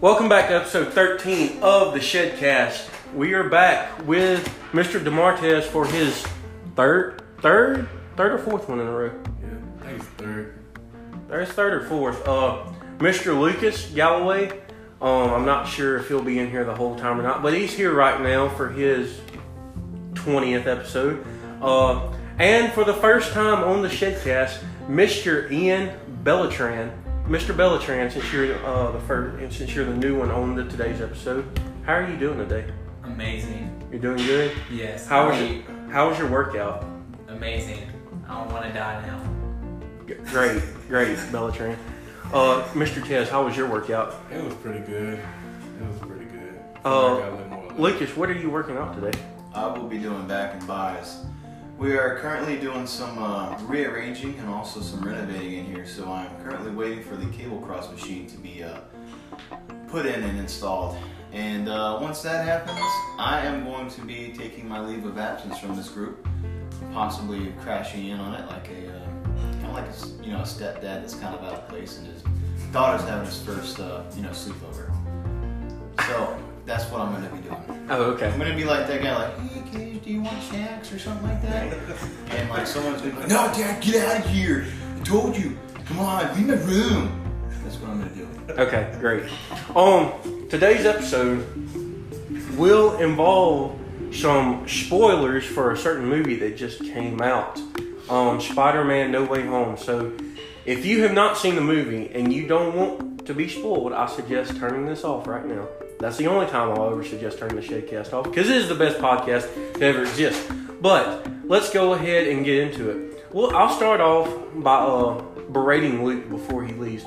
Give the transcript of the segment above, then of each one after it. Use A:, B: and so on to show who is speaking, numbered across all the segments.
A: Welcome back to episode 13 of the Shedcast. We are back with Mr. DeMartez for his third, third, third or fourth one in a row.
B: Yeah, I think it's third.
A: There's third or fourth. Uh, Mr. Lucas Galloway. Um, I'm not sure if he'll be in here the whole time or not, but he's here right now for his 20th episode. Uh, and for the first time on the Shedcast, Mr. Ian Bellatran. Mr. Bellatran, since you're uh, the first, since you're the new one on the today's episode, how are you doing today?
C: Amazing.
A: You're doing good.
C: Yes.
A: How was
C: Great.
A: your, how was your workout?
C: Amazing. I don't want to die now.
A: G- Great, great, Bellatran. Uh, Mr. Tez, how was your workout?
B: It was pretty good. It was pretty good.
A: Uh,
B: I got a little more-
A: Lucas, what are you working out today?
D: I will be doing back and buys. We are currently doing some uh, rearranging and also some renovating in here, so I'm currently waiting for the cable cross machine to be uh, put in and installed. And uh, once that happens, I am going to be taking my leave of absence from this group, possibly crashing in on it like a uh, kind of like a, s- you know a stepdad that's kind of out of place and his daughter's having his first uh, you know sleepover. So that's what I'm going to be doing.
A: Oh, okay.
D: I'm gonna be like that guy, like, hey, Cage, do you want snacks or something like that? And like someone's gonna be like, no, Dad, get out of here! I told you, come on, leave my room. That's what I'm gonna do.
A: Okay, great. Um, today's episode will involve some spoilers for a certain movie that just came out. Um, Spider-Man: No Way Home. So, if you have not seen the movie and you don't want to be spoiled, I suggest turning this off right now. That's the only time I'll ever suggest turning the Shedcast off because it is the best podcast to ever exist. But let's go ahead and get into it. Well, I'll start off by uh, berating Luke before he leaves.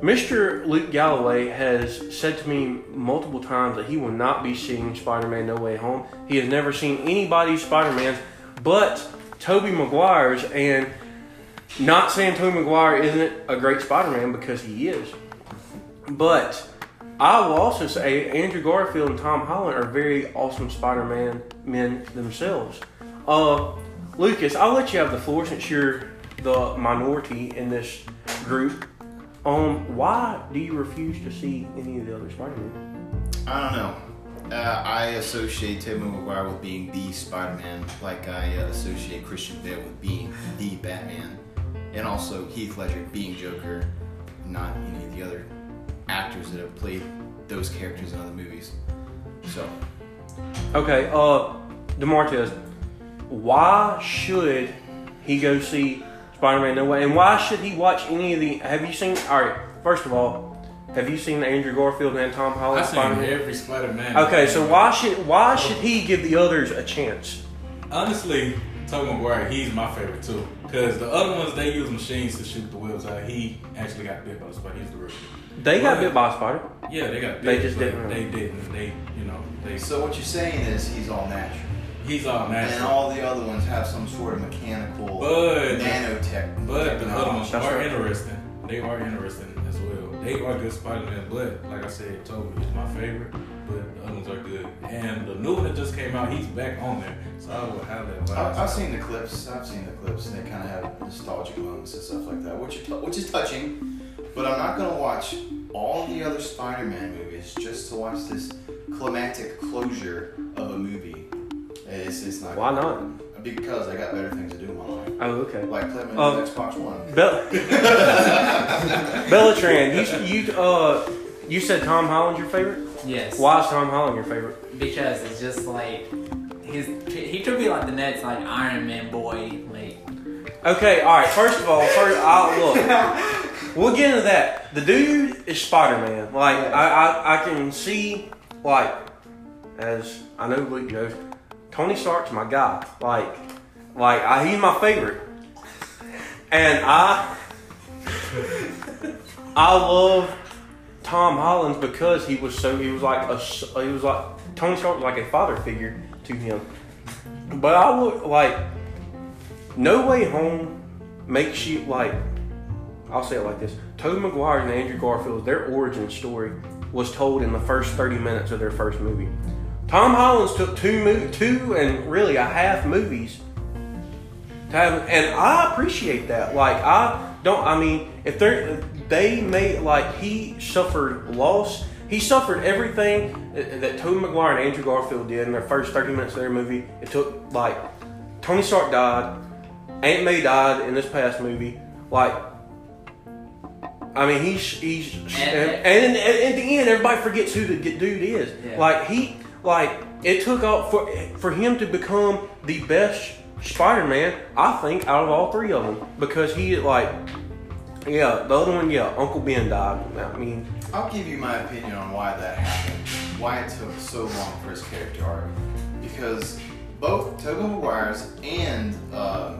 A: Mr. Luke Galloway has said to me multiple times that he will not be seeing Spider-Man No Way Home. He has never seen anybody's Spider-Man's but Toby Maguire's and not saying Toby Maguire isn't a great Spider-Man because he is. But I will also say Andrew Garfield and Tom Holland are very awesome Spider-Man men themselves. Uh, Lucas, I'll let you have the floor since you're the minority in this group. Um, why do you refuse to see any of the other Spider-Man?
D: I don't know. Uh, I associate Tobey Maguire with being the Spider-Man, like I uh, associate Christian Bale with being the Batman, and also Heath Ledger being Joker, not any of the other actors that have played those characters in other movies. So
A: Okay, uh, Demartez, why should he go see Spider-Man No Way? And why should he watch any of the? Have you seen? All right, first of all, have you seen the Andrew Garfield and Tom Holland
B: I seen
A: Spider-Man?
B: every Spider Man.
A: Okay, so why should why should he give the others a chance?
B: Honestly, Tobey Maguire, he's my favorite too. Because the other ones, they use machines to shoot the webs out. He actually got bit by the spider. He's the real.
A: They got
B: Right.
A: bit by a spider.
B: Yeah, they got bit.
A: They just
B: but
A: didn't
B: They didn't. They, you know, they.
D: So what you're saying is he's all natural,
B: He's all
D: and
B: natural.
D: all the other ones have some sort of mechanical
B: But-
D: nanotech.
B: But the other ones
A: That's
B: are
A: right.
B: interesting. They are interesting as well. They are good Spider-Man, but like I said, Toby is my favorite. But the other ones are good. And the new one that just came out, he's back on there. So I would highly
D: I-
B: advise.
D: I've seen the clips. I've seen the clips, and they kind of have nostalgic moments and stuff like that, which are tou- which is touching. But I'm not gonna watch all the other Spider-Man movies just to watch this climactic closure of a movie. It's, it's not
A: Why not?
D: because I got better things to do in my life,
A: Oh, okay.
D: like playing my new
A: Um,
D: Xbox One.
A: Bell- Bellatran, you you uh you said Tom Holland's your favorite.
C: Yes.
A: Why is Tom Holland your favorite?
C: Because it's just like his he could be like the next like Iron Man boy. Like
A: Okay, all right. First of all, first I look. We'll get into that. The dude is Spider Man. Like I, I, I can see like as I know Luke knows, Tony Stark's my guy. Like, like I, he's my favorite, and I, I love Tom Holland because he was so he was like a s- he was like Tony Stark was like a father figure to him. But I would like. No Way Home makes you like I'll say it like this. Tobey Maguire and Andrew Garfield, their origin story was told in the first 30 minutes of their first movie. Tom Hollins took two mo- two and really a half movies to have, and I appreciate that. Like I don't I mean, if they are they made like he suffered loss, He suffered everything that that Tobey Maguire and Andrew Garfield did in their first 30 minutes of their movie. It took, like, Tony Stark died, Aunt May died in this past movie. Like, I mean, he's, he's and, and,
C: And-
A: at the end, everybody forgets who the d- dude is.
C: Yeah.
A: Like, he, like, it took out for, for him to become the best Spider-Man, I think, out of all three of them. Because he, like, yeah, the other one, yeah, Uncle Ben died. I mean,
D: I'll give you my opinion on why that happened, why it took so long for his character arc, because both Tobey Maguire's and um,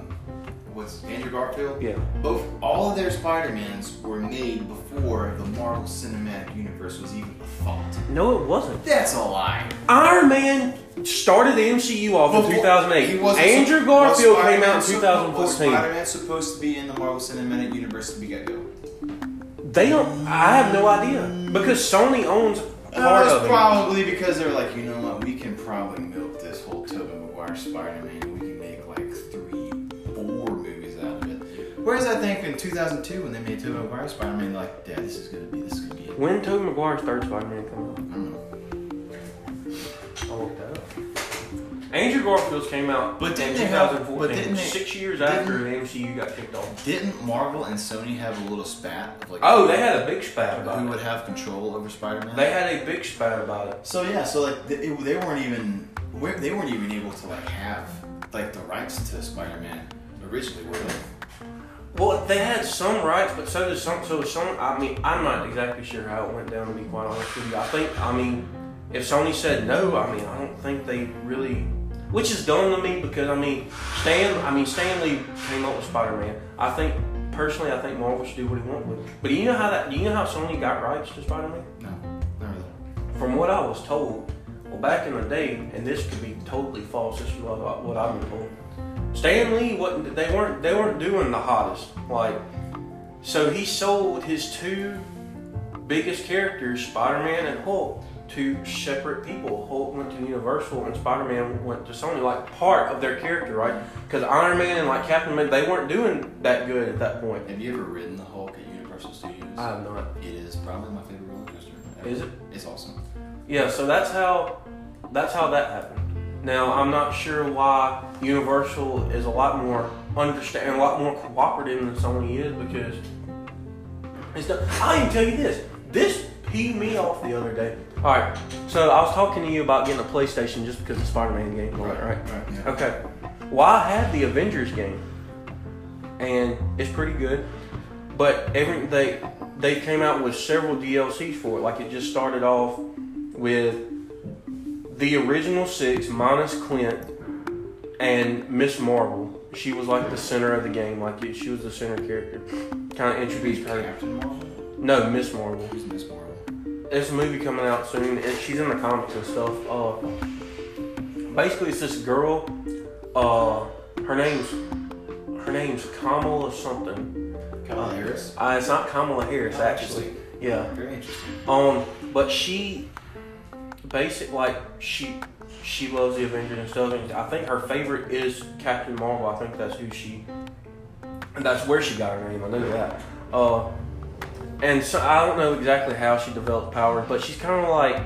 D: what's Andrew Garfield,
A: Yeah.
D: both all of their Spider Mans were made before the Marvel Cinematic Universe was even a thought.
A: no, it wasn't.
D: That's a lie.
A: Iron Man started the MCU off in
D: Before-
A: 2008.
D: he wasn't-
A: Andrew
D: was
A: Garfield came
D: Spider-Man
A: out in
D: sup- Was
A: 2014.
D: Spider-Man supposed to be in the Marvel Cinematic Universe to begin with?
A: They don't. I have no idea because Sony owns Uh, part
D: That's
A: of it.
D: probably because they're like, you know what, we can probably milk this whole Tobey Maguire Spider-Man. We can make like three, four movies out of it. Whereas I think in 2002 when they made Tobey Maguire Spider-Man, like, yeah, this is gonna be, this is gonna be it.
A: When Tobey Maguire's third Spider-Man come out?
D: I don't know. Mm.
A: I looked that up. Andrew Garfield's came out
D: But
A: in
D: didn't they have-
A: 2014,
D: but didn't they-
A: six years
D: didn't-
A: after the MCU got kicked off.
D: Didn't Marvel and Sony have a little spat of like,
A: Oh, they had a big spat
D: who
A: about
D: would
A: it.
D: have control over Spider-Man?
A: They had a big spat about it.
D: So yeah, so like th- it, they weren't even we- they weren't even able to like have like the rights to Spider-Man originally, were they?
A: Well, they had some rights, but so did some. So some. I mean, I'm not exactly sure how it went down. To be quite honest with you, I think. I mean, if Sony said no, I mean, I don't think they really. Which is dumb to me because I mean, Stan. I mean, Stanley came up with Spider-Man. I think personally, I think Marvel should do what he wants with. it. But do you know how that? Do you know how Sony got rights to Spider-Man?
D: No, not really.
A: From what I was told, well, back in the day, and this could be totally false. This is what, I- what I've been told. Stan Lee wasn't. They weren't. They weren't doing the hottest. Like, so he sold his two biggest characters, Spider-Man and Hulk, to separate people. Hulk went to Universal, and Spider-Man went to Sony. Like part of their character, right? Because Iron Man and like Captain America, they weren't doing that good at that point.
D: Have you ever ridden the Hulk at Universal Studios?
A: I have not.
D: it is probably my favorite roller coaster. Ever.
A: Is it?
D: It's awesome.
A: Yeah, so that's how that's how that happened. Now I'm not sure why Universal is a lot more understand a lot more cooperative than Sony is because it's not, I can tell you this. This peed me off the other day. Alright, so I was talking to you about getting a PlayStation just because the Spider-Man game going, right?
D: Yeah.
A: Okay. Well, I had the Avengers game, and it's pretty good. But every they they came out with several DLCs for it. Like it just started off with the original six minus Clint and Miss Marvel. She was like the center of the game. Like it, she was the center character. Kind of introduced her.
D: Captain Marvel.
A: No, Miss Marvel.
D: Who's Miss Marvel?
A: There's a movie coming out soon, and she's in the comics and stuff. Uh, basically, it's this girl. Uh, her name's her name's Kamala something.
D: Kamala Harris.
A: Uh, it's not Kamala Harris, actually. Yeah.
D: Very interesting.
A: Um, but she, basic like she, she loves the Avengers and stuff. And I think her favorite is Captain Marvel. I think that's who she, and that's where she got her name. I know that. Uh, and so I don't know exactly how she developed powers, but she's kind of like,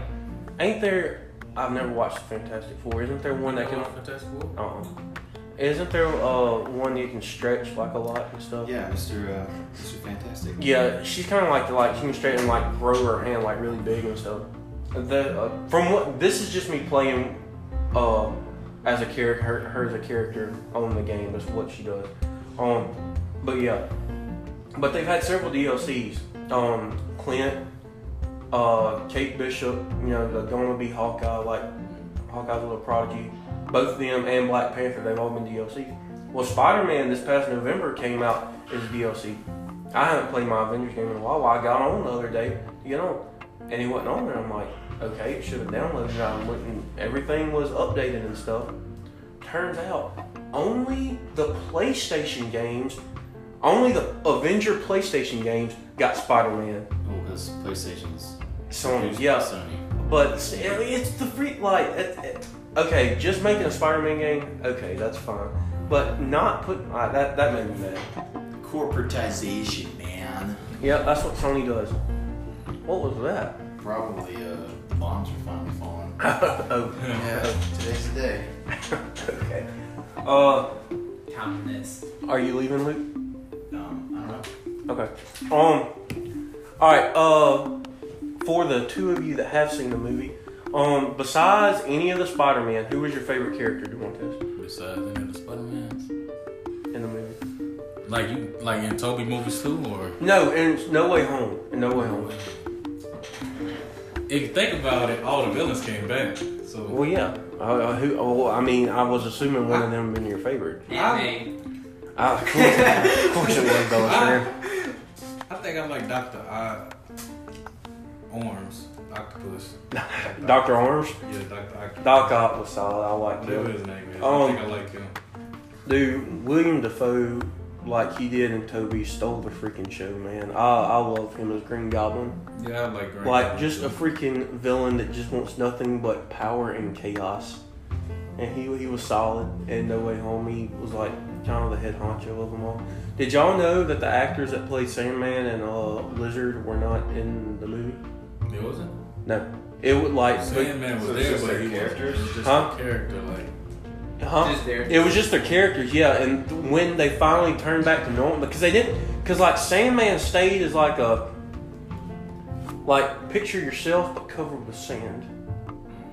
A: ain't there? I've never watched the Fantastic Four. Isn't there one that can?
B: Oh, Fantastic Four?
A: Uh, isn't there uh one you can stretch like a lot and stuff?
D: Yeah, Mr. Uh, Mr. Fantastic.
A: Yeah, she's kind of like the like she can straighten like grow her hand like really big and stuff. The uh, from what this is just me playing, uh, as a character, her, her as a character on the game is what she does. Um, but yeah, but they've had several DLCs. Um, Clint, uh, Kate Bishop, you know, the gonna be Hawkeye, like Hawkeye's little prodigy. Both them and Black Panther, they've all been DLCs. Well, Spider Man this past November came out as a DLC. I haven't played my Avengers game in a while. Well, I got on the other day, you know, and he wasn't on there. I'm like, okay, it should have downloaded. I went and everything was updated and stuff. Turns out, only the PlayStation games, only the Avenger PlayStation games got Spider-Man.
D: Oh, because PlayStation's.
A: Sony's,
D: produced by
A: Oh, yeah.
D: Sony.
A: But it's- it's the freak like it, it- okay, just making a Spider-Man game, okay, that's fine. But not putting uh, that that made me mad.
D: Corporatization, man.
A: Yeah, that's what Sony does. What was that?
D: probably uh, the bombs are finally falling.
A: oh,
D: yeah, today's the day.
A: okay. Uh,
C: Communist.
A: are you leaving, Luke?
D: Um, I don't know.
A: Okay. Um. All right. Uh, for the two of you that have seen the movie, um, besides any of the Spider-Man, who was your favorite character during this
B: Besides any of the Spider Mans,
A: in the movie?
B: like you, like in Toby movies too, or
A: No, and No Way Home. And No Way Home.
B: if you think about it, all the villains came back. So
A: Well, yeah. Uh, Uh, who? Oh, I mean, I was assuming one of them been your favorite.
C: Ant-Man.
A: Uh, of course, of course it was Bella Swan.
B: I think I'm like Doctor Odd Arms, Octopus.
A: Doctor Arms.
B: Yeah, Doctor Octopus.
A: Doc Ock was solid. I liked
B: Whatever
A: him.
B: his name is, I
A: Um,
B: think I like him.
A: Dude, William Defoe, like he did in Toby, stole the freaking show, man. I I love him as Green Goblin.
B: Yeah, I like Green.
A: Like
B: Goblin,
A: just a
B: too.
A: freaking villain that just wants nothing but power and chaos. And he he was solid and No Way Home. He was like kind of the head honcho of them all. Did y'all know that the actors that played Sandman and uh, Lizard were not in the movie?
B: It wasn't.
A: No. It would like,
B: Sandman was
D: so it's
B: there,
D: just
B: but
D: their
B: he wasn't. It
D: characters?
B: was just
A: Huh?
B: a character, like
A: huh?
C: Just there.
A: It was just their characters, yeah. And th- when they finally turned back to normal, because they didn't, because like Sandman stayed as like a, like picture yourself but covered with sand.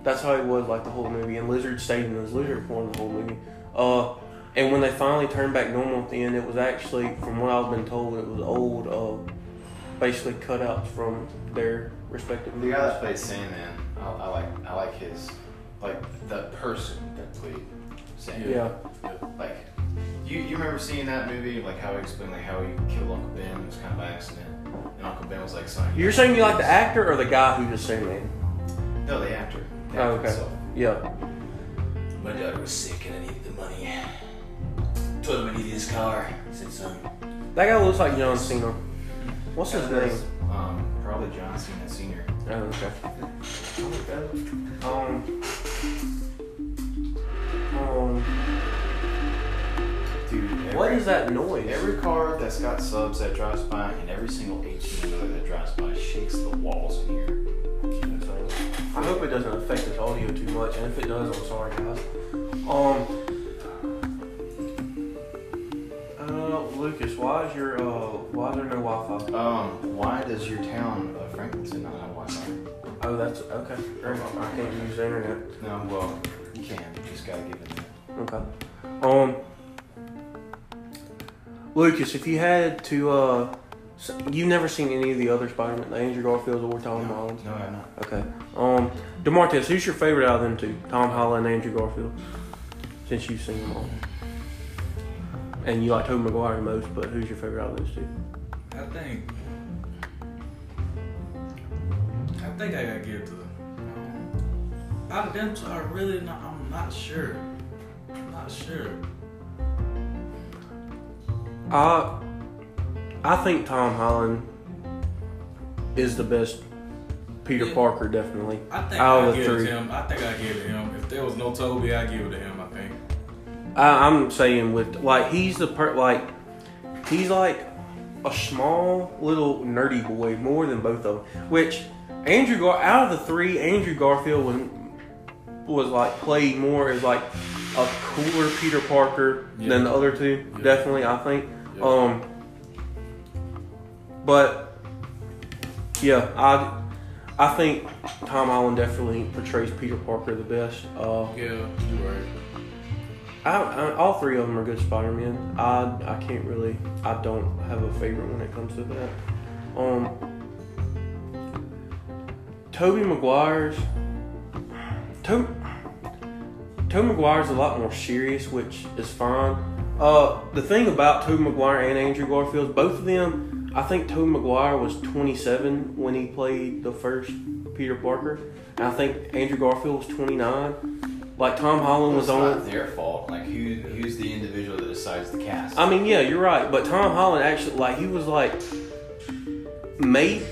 A: That's how he was like the whole movie. And Lizard stayed in his lizard form the whole movie. Uh, and when they finally turned back normal at the end, it was actually, from what I've been told, it was old, uh, basically cutouts from their respective
D: The
A: movies.
D: guy that played Sandman, I, I like. I like his, like the person that played Sandman.
A: Yeah.
D: Like, you you remember seeing that movie? Like how he explained like how he killed Uncle Ben? It was kind of by accident. And Uncle Ben was like, "Son,
A: You're saying you like the actor or the guy who just Sandman?
D: No, the actor. The
A: Oh,
D: actor
A: okay.
D: himself.
A: Yeah.
D: My dad was sick and I needed the money. Told him I needed his car. I said, son.
A: That guy looks like John Cena. What's his name?
D: Um, probably John Cena Sr.
A: Oh, okay. Um. Um.
D: Dude, every,
A: What is that noise?
D: Every car that's got subs that drives by, and every single 18 wheeler that drives by shakes the walls in here.
A: I hope it doesn't affect this audio too much, and if it does, I'm sorry, guys. Um. Uh, Lucas, why is your uh, why is there no Wi-Fi?
D: Um, why does your town of Franklinton not have Wi-Fi?
A: Oh, that's okay. Fair enough. I can't use the internet.
D: No, well, you can. You just gotta give it. to-
A: Okay. Um, Lucas, if you had to, uh, s- you've never seen any of the other Spider-Man, the Andrew Garfields or Tom Holland.
D: No, I'm not.
A: Okay. Um, Demartez, who's your favorite out of them two, Tom Holland and Andrew Garfield, since you've seen them all? And you like Tobey Maguire the most, but who's your favorite out of those two?
B: I think. I think I gotta give it to. Out of them two, I really not. I'm not sure. I'm not sure.
A: I, I think Tom Holland is the best Peter
B: Yeah.
A: Parker, definitely.
B: I think
A: Out of the
B: I give it
A: three.
B: to him. I think I give it to him. If there was no Toby, I give it to him. I think.
A: I, I'm saying with like he's the per like he's like a small little nerdy boy more than both of them. Which Andrew Gar out of the three, Andrew Garfield was was like played more as like a cooler Peter Parker
B: Yeah.
A: than the other two.
B: Yeah.
A: Definitely, I think.
B: Yeah.
A: Um, but yeah, I I think Tom Holland definitely portrays Peter Parker the best. Uh,
B: Yeah, you right.
A: I, I, all three of them are good Spider-Man. I I can't really I don't have a favorite when it comes to that. Um, Toby Maguire's Toby Toby Maguire's a lot more serious, which is fine. Uh, the thing about Toby Maguire and Andrew Garfield, both of them, I think Toby Maguire was 27 when he played the first Peter Parker, and I think Andrew Garfield was 29. Like Tom Holland
D: It's
A: was on.
D: not their fault. Like, who, who's the individual that decides the cast?
A: I mean, yeah, you're right. But Tom Holland actually, like, he was like, maybe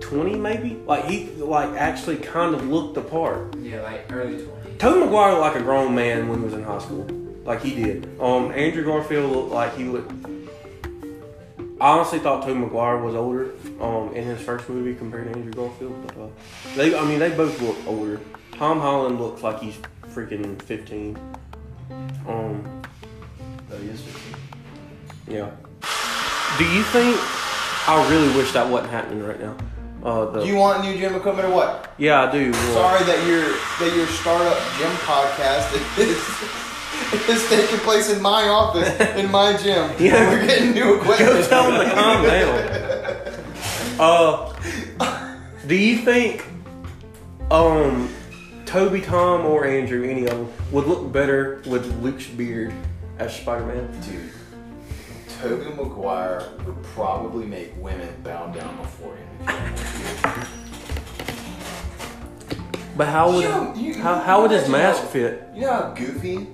A: twenty, maybe. Like he, like, actually kind of looked the part.
C: Yeah, like early 20s.
A: Tobey Maguire looked like a grown man when he was in high school, like he did. Um, Andrew Garfield looked like he looked I honestly thought Tobey Maguire was older um, in his first movie compared to Andrew Garfield. But, uh, they, I mean, they both look older. Tom Holland looks like he's freaking 15. Um,
D: Oh, yes, sir.
A: yeah. Do you think? I really wish that wasn't happening right now. Uh, the,
D: Do you want new gym equipment or what?
A: yeah, I do. Well,
D: Sorry that your that your startup gym podcast is, is taking place in my office in my gym.
A: Yeah.
D: We're getting new equipment.
A: Go tell them to calm down. Uh, do you think um Toby, Tom, or Andrew, any of them, would look better with Luke's beard as Spider-Man?
D: Dude, Toby Maguire would probably make women bow down before him.
A: But how would
D: Yo, you-
A: how, how would his
D: you
A: mask
D: know-
A: fit?
D: You know how goofy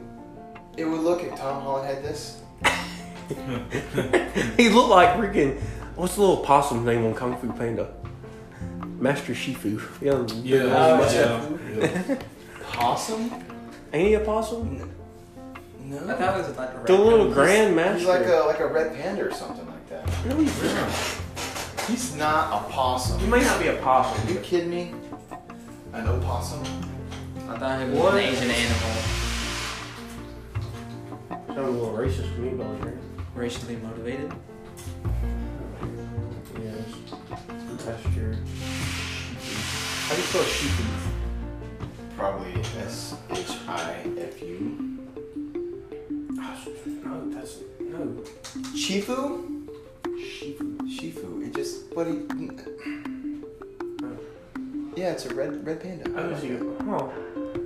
D: it would look if Tom Holland had this?
A: He looked like freaking what's the little possum's name on Kung Fu Panda? Master Shifu. Yeah, Uh, big
B: Yeah,
D: Oh,
A: old
B: yeah,
A: mustache.
B: yeah.
D: Possum?
A: Ain't he a possum?
D: No.
C: I thought it was like a
A: The little
C: raccoon.
A: grandmaster.
D: He's like a like a red panda or something like that.
A: No, he's not.
D: He's not a
A: He
D: possum.
A: may not be a
D: Are you
A: possum.
D: kidding me? An opossum?
C: I thought it was
A: What?
C: an Asian animal,
A: but- Sound a little racist to me, but like,
C: racially motivated.
A: That's true. How do you spell Shifu?
D: Probably S H I F U.
A: No, that's no.
D: Shifu?
A: Shifu.
D: Shifu. It just but he. Yeah, it's a red red panda.
A: I was you. Oh,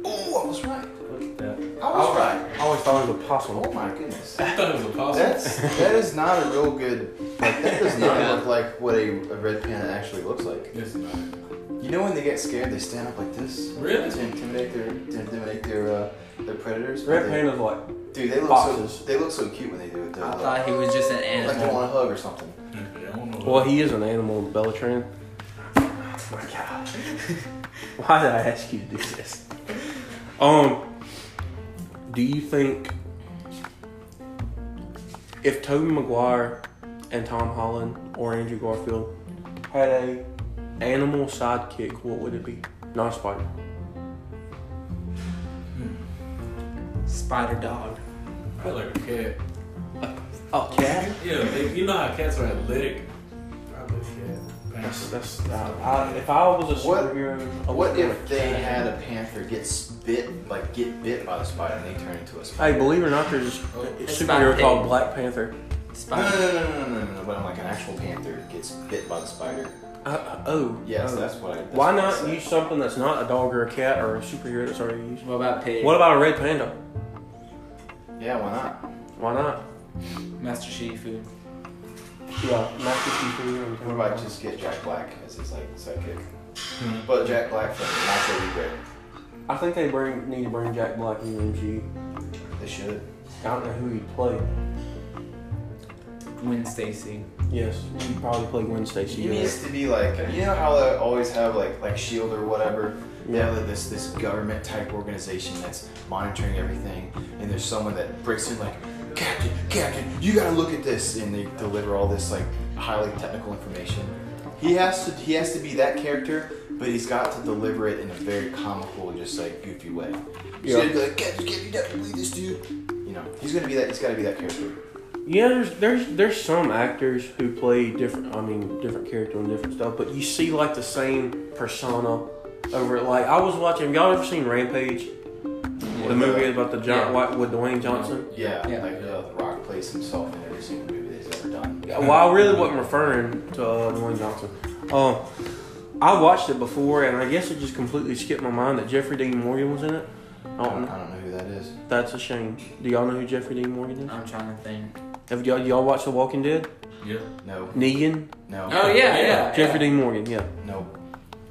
D: Oh, I was right.
A: look at that.
D: I was right.
A: I always thought it was a possum.
D: Oh my goodness.
B: I thought it was a possum.
D: That's that is not a real good. Like, that does not look like what a, a red panda actually looks like.
B: It's not.
D: You know when they get scared, they stand up like this
B: Really?
D: to intimidate their to intimidate their uh, their predators. but
A: Red
D: they-
A: panda's like.
D: Dude, they look so
A: Foxes.
D: they look so cute when they do it. Though.
C: I
D: Like,
C: thought he was just an
D: like they
C: animal.
D: want a hug or something.
B: I don't know.
A: Well, he is an animal, Bellatran. Oh my god. Why did I ask you to do this? Um, do you think if Tobey Maguire and Tom Holland or Andrew Garfield had a animal sidekick, what would it be? Not a spider.
C: Spider dog.
B: I feel like a cat.
A: Oh, cat.
B: Yeah, they, you know how cats are athletic. Probably a cat.
A: That's that's. uh, I, I, if I was a
D: What-
A: superhero, I would
D: What
A: be a
D: if they
A: cat.
D: had a panther get bit, like get bit by the spider and they turn into a spider?
A: Hey, believe it or not, there's a
C: Oh, It's
A: superhero
C: about
A: called
C: pig.
A: Black Panther.
D: No, no,
C: Spider.
D: no, no, no, no, no, no. But I'm like an actual panther gets bit by the spider.
A: Uh, oh.
D: Yes,
A: oh.
D: that's what I. That's
A: Why
D: what I
A: not
D: said.
A: use something that's not a dog or a cat or a superhero that's already used?
C: What about pig?
A: What about a red panda?
D: Yeah, why not?
A: Why not?
C: Master Shifu.
A: Yeah, Master Chief.
D: What about just get Jack Black as his like sidekick?
A: Hmm.
D: But Jack Black from Michael Rico.
A: I think they bring need to bring Jack Black in the MCU.
D: They should.
A: I don't know who he'd play.
C: Gwen Stacy.
A: Yes, he'd probably play Gwen Stacy.
D: He
A: yeah.
D: needs to be like you know how they always have like like Shield E or whatever. They
A: Yeah.
D: have like, this this government type organization that's monitoring everything, and there's someone that breaks in like, Captain, Captain, you gotta look at this, and they deliver all this like highly technical information. He has to he has to be that character, but he's got to deliver it in a very comical, just like goofy way. He's
A: Yeah.
D: gonna be like, Captain, Captain, you gotta believe this dude. You know, he's gonna be that. He's gotta be that character.
A: Yeah, there's there's there's some actors who play different. I mean, different character and different stuff, but you see like the same persona over. Like I was watching. Y'all ever seen Rampage? The movie about the giant
C: Yeah.
A: white with Dwayne Johnson.
D: Yeah,
C: Yeah.
D: like uh, The Rock plays himself in every single movie that he's ever done.
A: Yeah, well, I really wasn't referring to uh, Dwayne Johnson. Um, I watched it before, and I guess it just completely skipped my mind that Jeffrey Dean Morgan was in it. I
D: I don't,
A: don't know.
D: I don't know who that is.
A: That's a shame. Do y'all know who Jeffrey Dean Morgan is?
C: I'm trying to think.
A: Have y'all, y'all watched The Walking Dead?
B: Yeah.
D: No,
A: Negan?
D: no,
C: Oh yeah, yeah.
A: Jeffrey Dean Morgan, yeah.
D: no.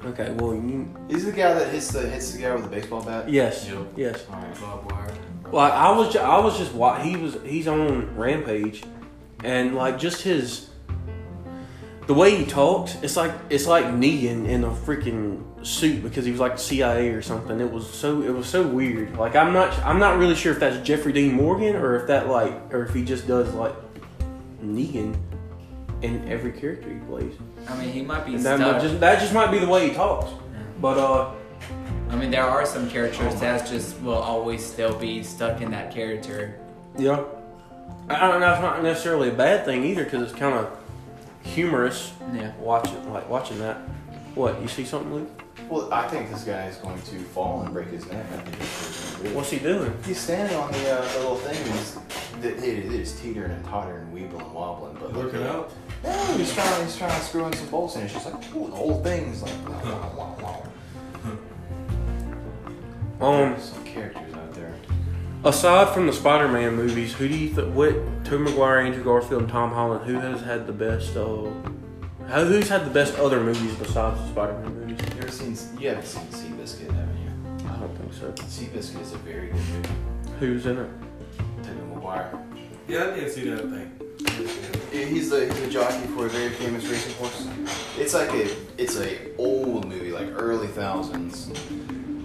A: Okay, well, you,
D: He's the guy that hits the hits the guy with the baseball bat.
A: yes,
B: Yeah.
A: yes.
D: All right.
B: Barbed wire.
A: Like I was, ju- I was just wa He was, he's on Rampage, and like just his, the way he talked, it's like it's like Negan in a freaking suit because he was like CIA or something. It was so, it was so weird. Like I'm not, I'm not really sure if that's Jeffrey Dean Morgan or if that like, or if he just does like Negan. in every character he plays.
C: I mean, he might be
A: That might
C: stuck.
A: just that just might be the way he talks. But uh,
C: I mean, there are some characters that just will always still be stuck in that character.
A: yeah, I I don't know. It's not necessarily a bad thing either because it's kind of humorous.
C: Yeah.
A: Watching like watching that. What you see something, Luke?
D: Well, I think this guy is going to fall and break his neck. I think he's gonna do it.
A: What's he doing?
D: He's standing on the, uh, the little thing. and He's, th- it is teetering and tottering, weebling and wobbling. But
B: Look it up.
D: No, he's trying. He's trying to screw in some bolts, and it's just like ooh, the whole thing's like. Wah, wah, wah, wah.
A: Um,
D: There's some characters out there.
A: aside from the Spider-Man movies, who do you think? What Tobey Maguire, Andrew Garfield, and Tom Holland? Who has had the best? Uh, how, who's had the best other movies besides the Spider-Man movies?
D: You ever seen? You haven't seen Seabiscuit, haven't you?
A: I don't think so.
D: Seabiscuit is a very good movie.
A: Who's in it?
D: Tobey Maguire.
B: Yeah, I did see that thing.
D: Yeah, He's a he's a jockey for a very famous racing horse. It's like a it's a old movie, like early thousands,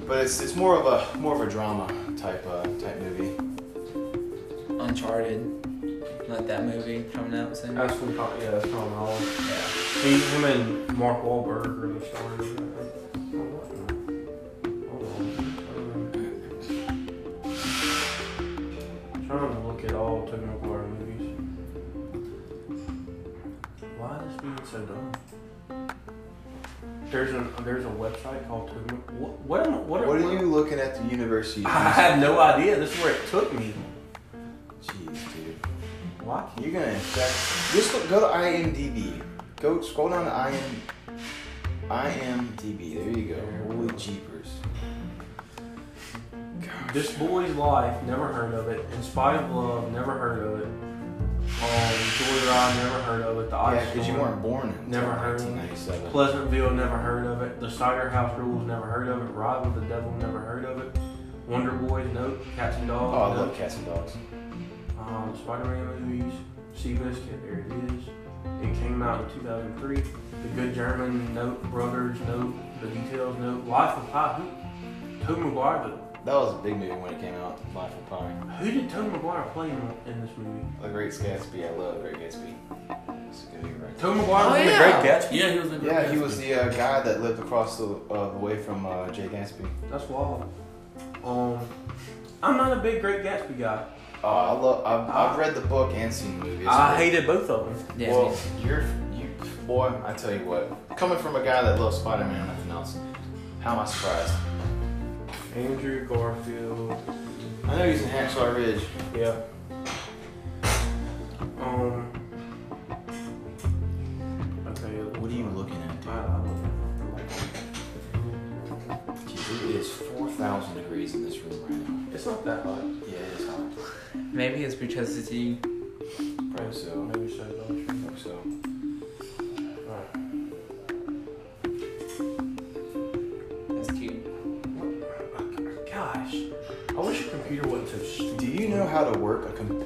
D: but it's it's more of a more of a drama type uh, type movie.
C: Uncharted, like that movie coming out soon.
A: That's from Tom. Yeah, that's Tom Holland.
C: yeah.
A: He, him and Mark Wahlberg are the stars. of that, right? Hold on. I'm Trying to look at all Tobey Maguire movies. Why is this being so dumb? There's a there's a website called Tobey. Mag- What what am, what,
D: What are you looking at the university?
A: I have no idea. This is where it took me.
D: Jeez, dude.
A: Why?
D: You're gonna infect. Just look, go to IMDb. Go scroll down to IM, IMDb. There you go. Holy jeepers.
A: This boy's life, never heard of it. In spite of love, never heard of it. Um, Joyride, never heard of it. The Ice
D: Yeah, because you
A: Storm,
D: weren't born in
A: Never heard of it.
D: 1997.
A: Pleasantville, never heard of it. The Cider House Rules, never heard of it. Ride with the Devil, never heard of it. Wonder Boys, nope. Cats and
D: Oh, I
A: Dogs,
D: love cats and dogs.
A: nope. Um, Spider-Man movies, Seabiscuit, there it is. It came out in 2003. The Good German, nope. Brothers, nope. The Details, nope. Life of Pi, who? Tobey Maguire, but
D: That was a big movie when it came out. Life of Pi.
A: who did Tobey Maguire play in, in this movie?
D: The Great Gatsby. I love Great Gatsby. It's a good movie, right?
A: Tobey Maguire was in The Great Gatsby.
C: Yeah, he was in the
D: Yeah,
C: Great
D: he was the uh, guy that lived across the uh, away from uh, Jay Gatsby.
A: That's wild. Um, I'm not a big Great Gatsby guy.
D: Oh, I love. I've, I've read the book and seen the movie. It's
A: I
D: great.
A: hated both of them.
C: Yeah,
D: Well, you're you boy. I tell you what, coming from a guy that loves Spider-Man and nothing else, how am I surprised?
A: Andrew Garfield.
D: I know he's in Hacksaw Ridge.
A: Yeah. Um. Okay.
D: What are you looking at,
A: I, I don't know.
D: dude? It is four thousand degrees in this room right
A: It's not that hot.
D: now. Yeah, it is hot.
C: Maybe it's because it's you.
D: Probably so.
A: Maybe so. don't you?
D: Hope so.
A: Alright.
C: That's cute.
A: Gosh, I wish your computer wasn't so stupid.
D: Do you know how to work a computer?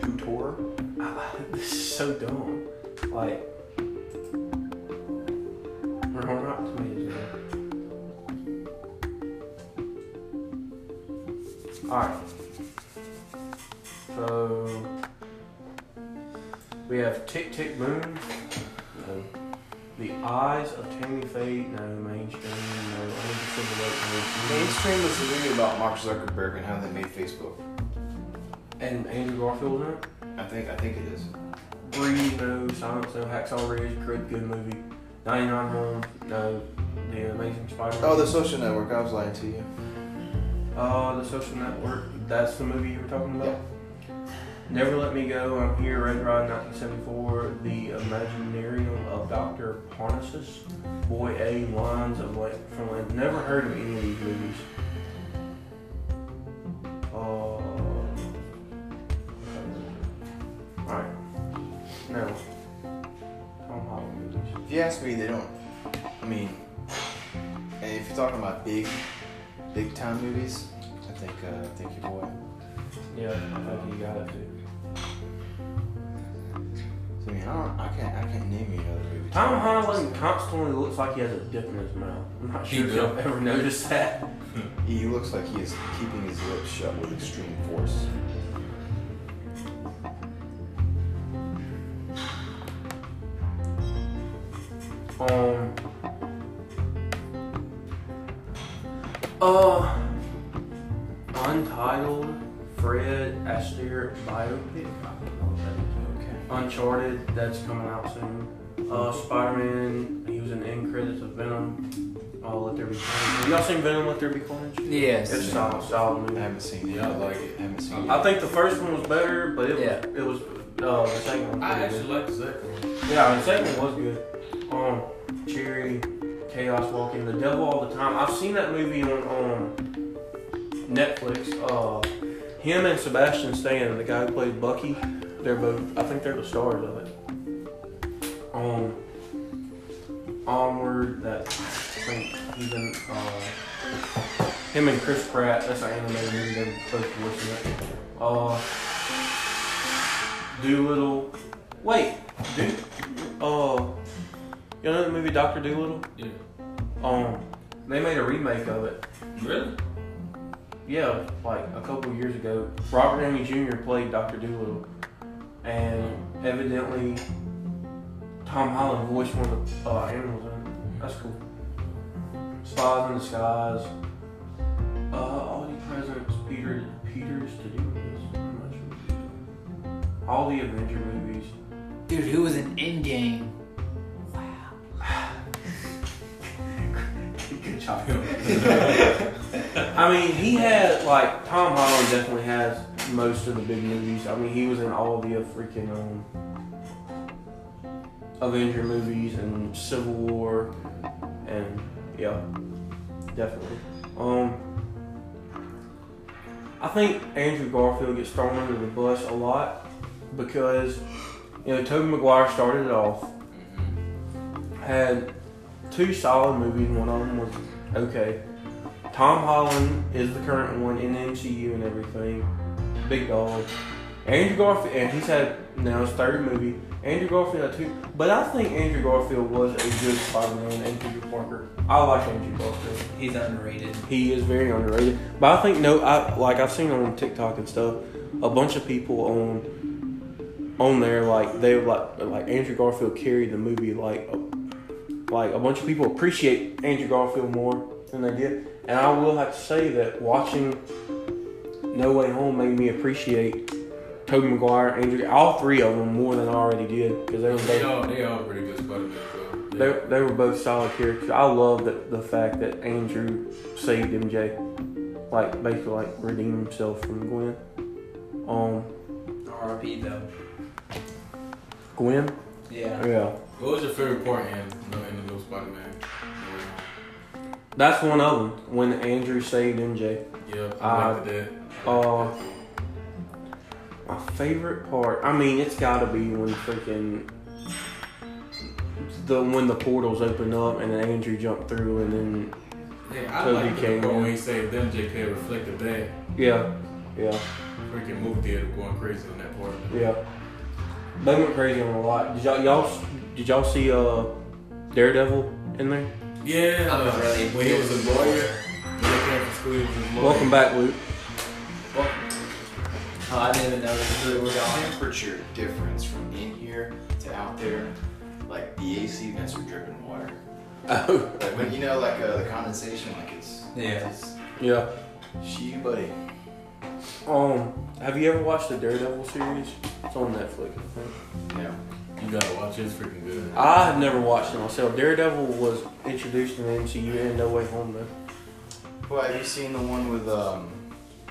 A: this is so dumb. Like, we're home rock to me. isn't it? All right. uh, So we have Tick Tick Boom. No. The Eyes of Tammy Faye. No. Mainstream. No. Angel Silverlake. No.
D: Mainstream was a movie about Mark Zuckerberg and how they made Facebook.
A: And Andrew Garfield in it.
D: I think I think it is.
A: Breed, no. Silence, no. Hacksaw Ridge, great, good movie. 99 Home, no. The Amazing Spider-Man.
D: Oh, the social network. I was lying to you.
A: Uh, the Social Network. That's the movie you were talking about? Never Let Me Go, I'm Here, Red Rod, 1974. The Imaginarium of Dr. Parnassus. Boy A, Lines of Light from Land. Never heard of any of these movies. Uh, Alright. No. Tom Holland movies.
D: If you ask me, they don't. I mean, and if you're talking about big, big time movies, I think uh, I think your boy.
A: Yeah, I think you got it too.
D: So, I mean, I don't. I can't. I can't name you another movie.
A: Tom Holland constantly looks like he has a dip in his mouth. I'm not
B: He
A: sure if
B: do.
A: y'all ever noticed that.
D: He looks like he is keeping his lips shut with extreme force.
A: Um. Uh. Untitled Fred Astaire biopic.
D: Okay.
A: Uncharted. That's coming out soon. Uh, Spider-Man. He was in the end credits of Venom. Oh, Let There Be Carnage. Have y'all seen Venom? Let There Be Carnage.
C: Yes.
A: It's solid, solid
D: I
A: movie.
D: haven't seen it.
B: Yeah, I like it.
D: I haven't seen it.
A: I think the first one was better, but it
C: Yeah.
A: was it was uh, the second one. was
B: I
A: pretty
B: actually like the second one.
A: good. Yeah, the second one was good. Um, Cherry, Chaos Walking, The Devil All the Time. I've seen that movie on um, Netflix. Uh, him and Sebastian Stan, the guy who played Bucky, they're both. I think they're the stars of it. Um, onward. That I think he's in. Uh, him and Chris Pratt. That's an animated movie. They're both voicing it. Uh, Doolittle. Wait, dude. Uh, you know that movie Doctor Doolittle?
B: Yeah.
A: Um, they made a remake of it.
B: Really?
A: Yeah, like a couple years ago. Robert Downey Jr. played Doctor Doolittle, and evidently Tom Holland voiced one of the uh, animals. In it. That's cool. Spies in the skies. Uh, all the presidents. Peter Peters to do with this. I'm not sure. All the Avenger movies.
C: Dude, who was in Endgame? Wow.
A: Good job. I mean, he had like Tom Holland definitely has most of the big movies. I mean, he was in all the freaking um, Avenger movies and Civil War, and yeah, definitely. Um, I think Andrew Garfield gets thrown under the bus a lot because you know Tobey Maguire started it off,
D: Mm-hmm.
A: had two solid movies. One of them was okay. Tom Holland is the current one in the MCU and everything. Big dog. Andrew Garfield, and he's had now his third movie. Andrew Garfield had two, but I think Andrew Garfield was a good Spider-Man and Peter Parker. I like Andrew Garfield.
C: He's underrated.
A: He is very underrated. But I think no, I like I've seen on TikTok and stuff, a bunch of people on on there like they like like Andrew Garfield carried the movie like a- like a bunch of people appreciate Andrew Garfield more than they did. And I will have to say that watching No Way Home made me appreciate Tobey Maguire, Andrew, all three of them more than I already did because they were both
B: They all, they all pretty good Spider-Man, though.
A: they, they were both solid characters. I love the, the fact that Andrew saved MJ, like basically like redeemed himself from Gwen. Um,
C: RIP though.
A: Gwen.
C: Yeah.
A: Yeah,
B: What was your favorite part in, in the new Spider-Man?
A: that's one of them. When Andrew saved MJ.
B: Yeah, I liked it.
A: Uh, my favorite part. I mean, it's got to be when freaking the when the portals open up and then Andrew jumped through and then
B: Yeah, I
A: Toby
B: liked
A: came
B: the part
A: in.
B: when he saved them. JK reflected that.
A: yeah, yeah.
B: Freaking movie theater going crazy on that part.
A: Yeah, they went crazy on a lot. Did y'all, y'all did y'all see uh Daredevil in there?
B: Yeah,
C: I'm
B: uh,
C: really
B: when he was a lawyer, when he came from school, he was a lawyer.
A: Welcome back, Luke.
C: Oh, I didn't even notice who we were going.
D: temperature difference from in here to out there, like the AC vents are dripping water.
A: Oh
D: Like when you know, like uh, the condensation, like it's
C: Yeah.
D: it's
A: yeah.
D: she buddy.
A: Um, have you ever watched the Daredevil series? It's on Netflix. I think.
D: Yeah.
B: You gotta watch it. It's freaking good.
A: I have never watched it myself. Daredevil was introduced in the MCU in No Way Home though.
D: Well, have you seen the one with um?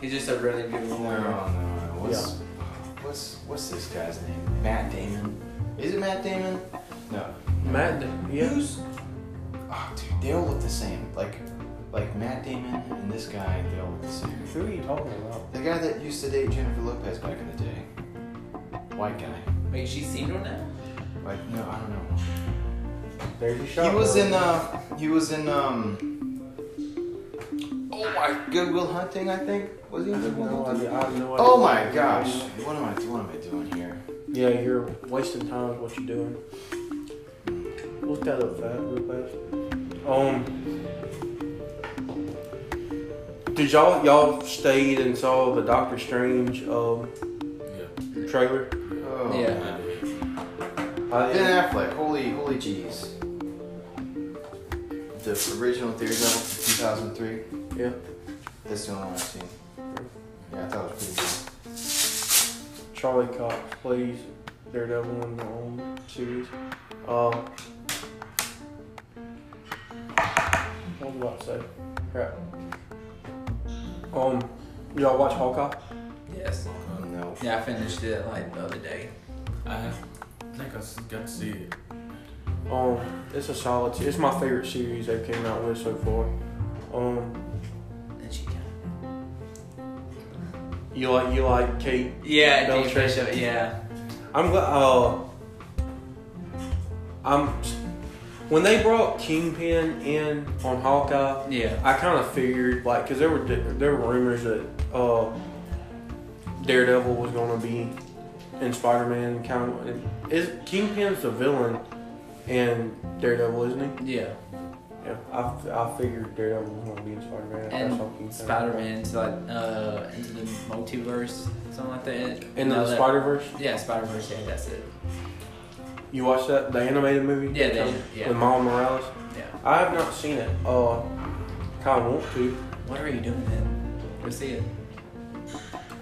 C: He's just a really
D: No,
C: beautiful
D: no,
C: woman.
D: no. um, uh, What's what's what's this guy's name? Matt Damon. Is it Matt Damon? No.
A: Matt, Da- yeah,
D: Who's? Oh, dude, they all look the same. Like, like Matt Damon and this guy, they all look the same.
A: who are you talking about?
D: The guy that used to date Jennifer Lopez back in the day. White guy.
C: Wait, she's single now?
D: Like, no, I don't know.
A: There's your shot.
D: He was
A: bro.
D: in uh he was in um Oh my Goodwill Hunting, I think. Was he
A: I
D: in
A: have
D: Goodwill
A: no
D: Hunting?
A: idea. I have no idea.
D: Oh my gosh. What am I what am I doing here?
A: Yeah, you're wasting time with what you're doing. Look that up fast, real fast. Um, did y'all y'all stayed and saw the Doctor Strange um,
B: Yeah.
A: trailer?
D: Oh
C: Yeah.
B: I did.
A: I
D: Ben Affleck, holy holy jeez. the original theory level, 2003.
A: Yeah.
D: That's the only one I've seen. Yeah, I thought it was pretty good.
A: Charlie Cox plays Daredevil in the own series. Uh, what was I about to say? Crap. Um, y'all watch Hawkeye?
C: Yes.
D: No.
C: Yeah, I finished it like the other day. Uh-huh.
B: I think I s- got to see it.
A: Um, it's a solid. se- It's my favorite series they've came out with so far. Um,
C: And she kind
A: you like you like Kate?
C: Yeah,
A: Bell
C: Dean
A: Tracy.
C: Bishop, yeah.
A: I'm glad. Uh, I'm when they brought Kingpin in on Hawkeye.
C: Yeah.
A: I kind of figured like because there were di- there were rumors that uh, Daredevil was gonna be in Spider-Man kind of and is Kingpin's the villain and Daredevil isn't he?
C: Yeah.
A: Yeah, I, f- I figured Daredevil was gonna be in Spider-Man. I saw Kingpin.
C: And Spider Man into like uh into the multiverse, something like that.
A: in
C: No,
A: the
C: that-
A: Spider Verse.
C: Yeah, Spider Verse, yeah, that's it.
A: You watched that the animated movie?
C: Yeah, they, yeah.
A: With Miles Morales.
C: yeah.
A: I have not seen it. Uh, kind of want to.
C: What are you doing then? Go see it.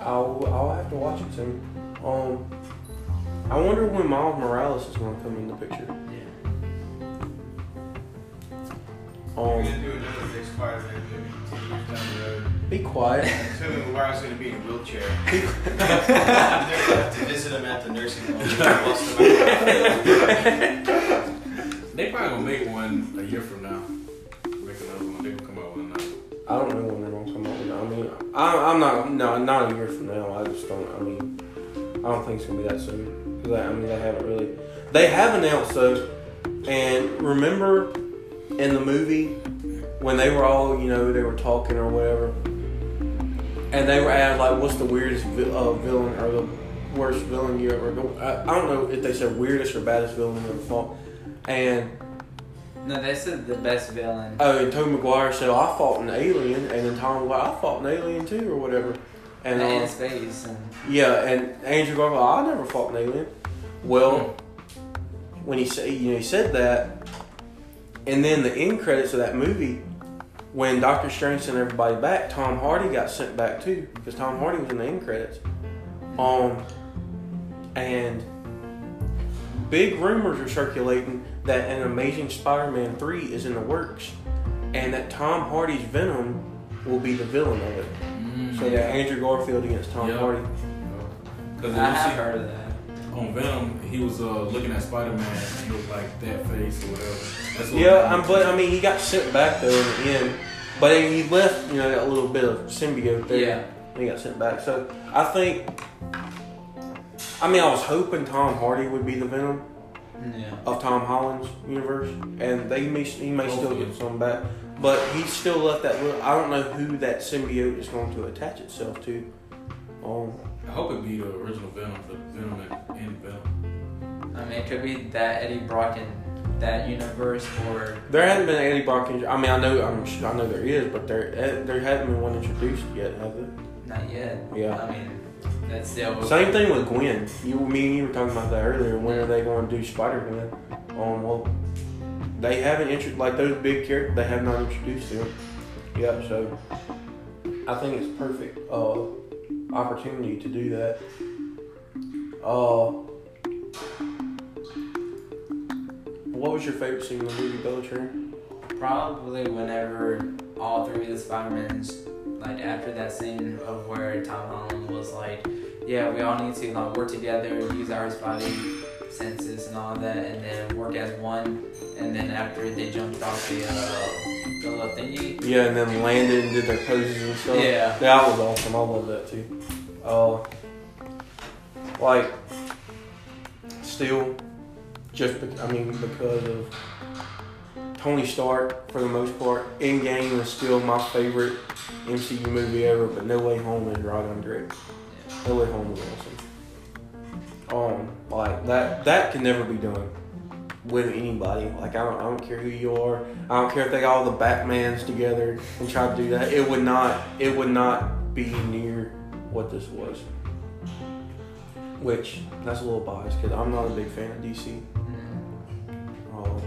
A: I'll I'll have to watch it soon. Um, I wonder when Miles Morales is gonna come in the picture.
C: Yeah.
D: We're
A: Um,
D: gonna do another big Spider-Man movie two years down the road.
A: be quiet.
D: Tobey Maguire's gonna be in a wheelchair. They're gonna have to visit him at the nursing home. Bust him out.
B: They probably gonna make one a year from now. Make another one. They gonna come out with another.
A: I don't know when they're gonna come out. with it. I mean, I, I'm not no not a year from now. I just don't. I mean, I don't think it's gonna be that soon. 'Cause I, I mean, they haven't really. They have announced though, and remember in the movie when they were all you know they were talking or whatever, and they were asked like, "What's the weirdest vi- uh, villain or the worst villain you ever?" I, I don't know if they said weirdest or baddest villain you ever fought, and
C: No, this is the best villain.
A: Oh, and Tom McGuire said, "I fought an alien," and then Tom, "Well, I fought an alien too," or whatever. And
C: And in
A: uh,
C: space and
A: yeah, and Andrew Garfield, "I never fought an alien." Well, when he said, you know, he said that, and then the end credits of that movie, when Doctor Strange sent everybody back, Tom Hardy got sent back too because Tom Hardy was in the end credits. Um, and big rumors are circulating that an Amazing Spider-Man three is in the works, and that Tom Hardy's Venom will be the villain of it.
C: Mm-hmm. Hmm.
A: So yeah, Andrew Garfield against Tom
B: Yeah.
A: Hardy.
B: Cause if
C: I
B: you
C: have
B: see-
C: heard of that.
B: on Venom, he was uh, looking at Spider Man and he was like that face or whatever. That's what
A: Yeah, I'm, but I mean he got sent back though in the end, but he left you know that little bit of symbiote there.
C: Yeah.
A: and he got sent back. So I think. I mean, I was hoping Tom Hardy would be the Venom,
C: Yeah.
A: of Tom Holland's universe, and they may he may still
B: Hopefully.
A: get some back, but he still left that. Little, I don't know who that symbiote is going to attach itself to. Um,
B: I hope it be the original Venom, the Venom and, and Venom.
C: I mean, it could be that Eddie Brock in that universe, or
A: there hadn't been any Brock. intro- I mean, I know I'm sure, I know there is, but there eh, there hadn't been one introduced yet, have there?
C: not yet.
A: Yeah.
C: I mean, that's still
A: Same thing with Gwen. You, me, and you were talking about that earlier. When are they going to do Spider Gwen? Um, well, they haven't introduced like those big characters. They have not introduced them. Yeah, so I think it's perfect uh, opportunity to do that. Uh, what was your favorite scene in the movie Bellatron?
C: probably whenever all three of the Spider-Mans, like after that scene of where Tom Holland was like, yeah, we all need to like work together, use our body senses and all that, and then work as one. And then after they jumped off the uh, the little thingy,
A: Yeah, and then landed and did their poses and stuff.
C: yeah,
A: That was awesome. I love that too. Uh, like, still, just be- I mean because of Tony Stark for the most part. Endgame is still my favorite MCU movie ever, but No Way Home is right under it. No Way Home is awesome. Um, like that that can never be done with anybody. Like I don't I don't care who you are. I don't care if they got all the Batmans together and try to do that. It would not. It would not be near what this was. Which that's a little biased because I'm not a Uh,
C: Mm-hmm.
A: big fan of DC.
C: Mm.
A: Um,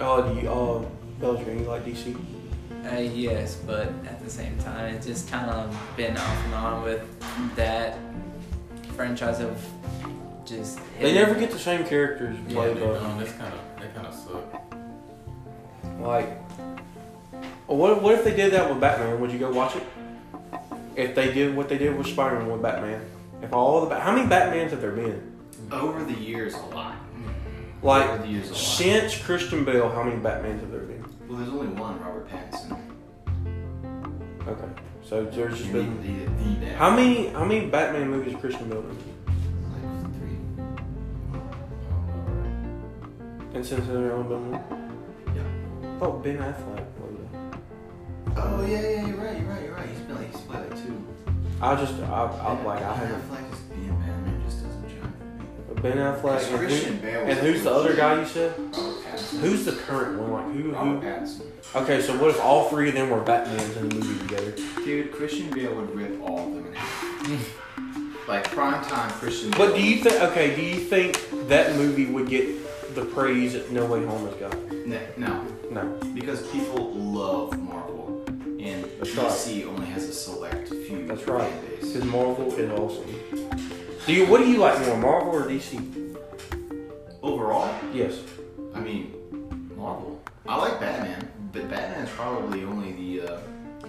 A: Oh, do you, oh, Belgium, you like DC?
C: Uh, yes, but at the same time, it's just kind of been off and on with that franchise of just.
A: They never get the same characters to
B: Yeah,
A: play,
B: they
A: though.
B: don't. That's kind of that kind of suck.
A: Like, what, what if they did that with Batman? Would you go watch it? If they did what they did with Spider Man with Batman, if all the Ba- how many Batmans have there been?
D: Over the years, a lot. Over
A: Like
D: the years, a lot.
A: since Christian Bale, how many Batmans have there been?
D: Well, there's only one, Robert Pattinson.
A: Okay, so there's just
D: You
A: been
D: need to be that.
A: how many how many Batman movies has Christian Bale done?
D: Like three.
A: And since there only been one,
D: Yeah.
A: I thought Ben Affleck. was a-
D: Oh yeah, yeah, you're right, you're right, you're right. He's been like he's played like two.
A: I just I, I like I
D: Ben
A: have
D: Affleck is being Batman just doesn't jump.
A: Ben Affleck. And, who,
D: Christian Bale. was
A: and who's the
D: legit
A: other guy you said?
D: Robert Pattinson.
A: Who's the current one? Like who?
D: Robert
A: who?
D: Pattinson.
A: Okay, so what if all three of them were Batmans in the movie together?
D: Dude, Christian Bale would rip all of them in half. like prime time Christian. Bale.
A: But do you think? Okay, do you think that movie would get the praise that No Way Home has got?
D: No, no,
A: No.
D: because people love Marvel, and
A: That's
D: DC only has a select few.
A: That's right.
D: fan base.
A: Because Marvel is awesome. Do you? What do you like more, Marvel or DC?
D: Overall,
A: Yes.
D: I mean, Marvel. I like Batman, but Batman's probably only the uh,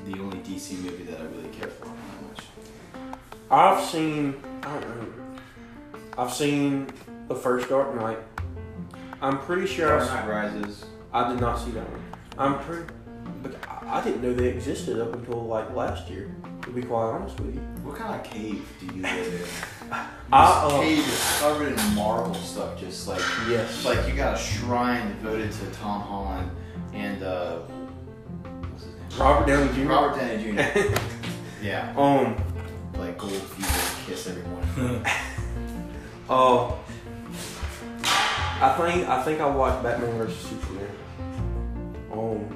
D: the only DC movie that I really care for that much.
A: I've seen. I don't know. I've seen the first Dark Knight. I'm pretty sure I,
D: Dark
A: s-
D: Knight Rises.
A: I did not see that one. I'm pretty, but I I didn't know they existed up until like last year. To be quite honest with you,
D: What kind of cave do you live in? This
A: I, uh,
D: cave is covered in marble stuff, just like
A: yes,
D: like you got a shrine devoted to Tom Holland and uh, what's his name?
A: Robert Downey Jr.
D: Robert Downey Jr. yeah,
A: Um,
D: like gold fever kiss everyone.
A: uh, I think I think I watched Batman vs Superman. Um,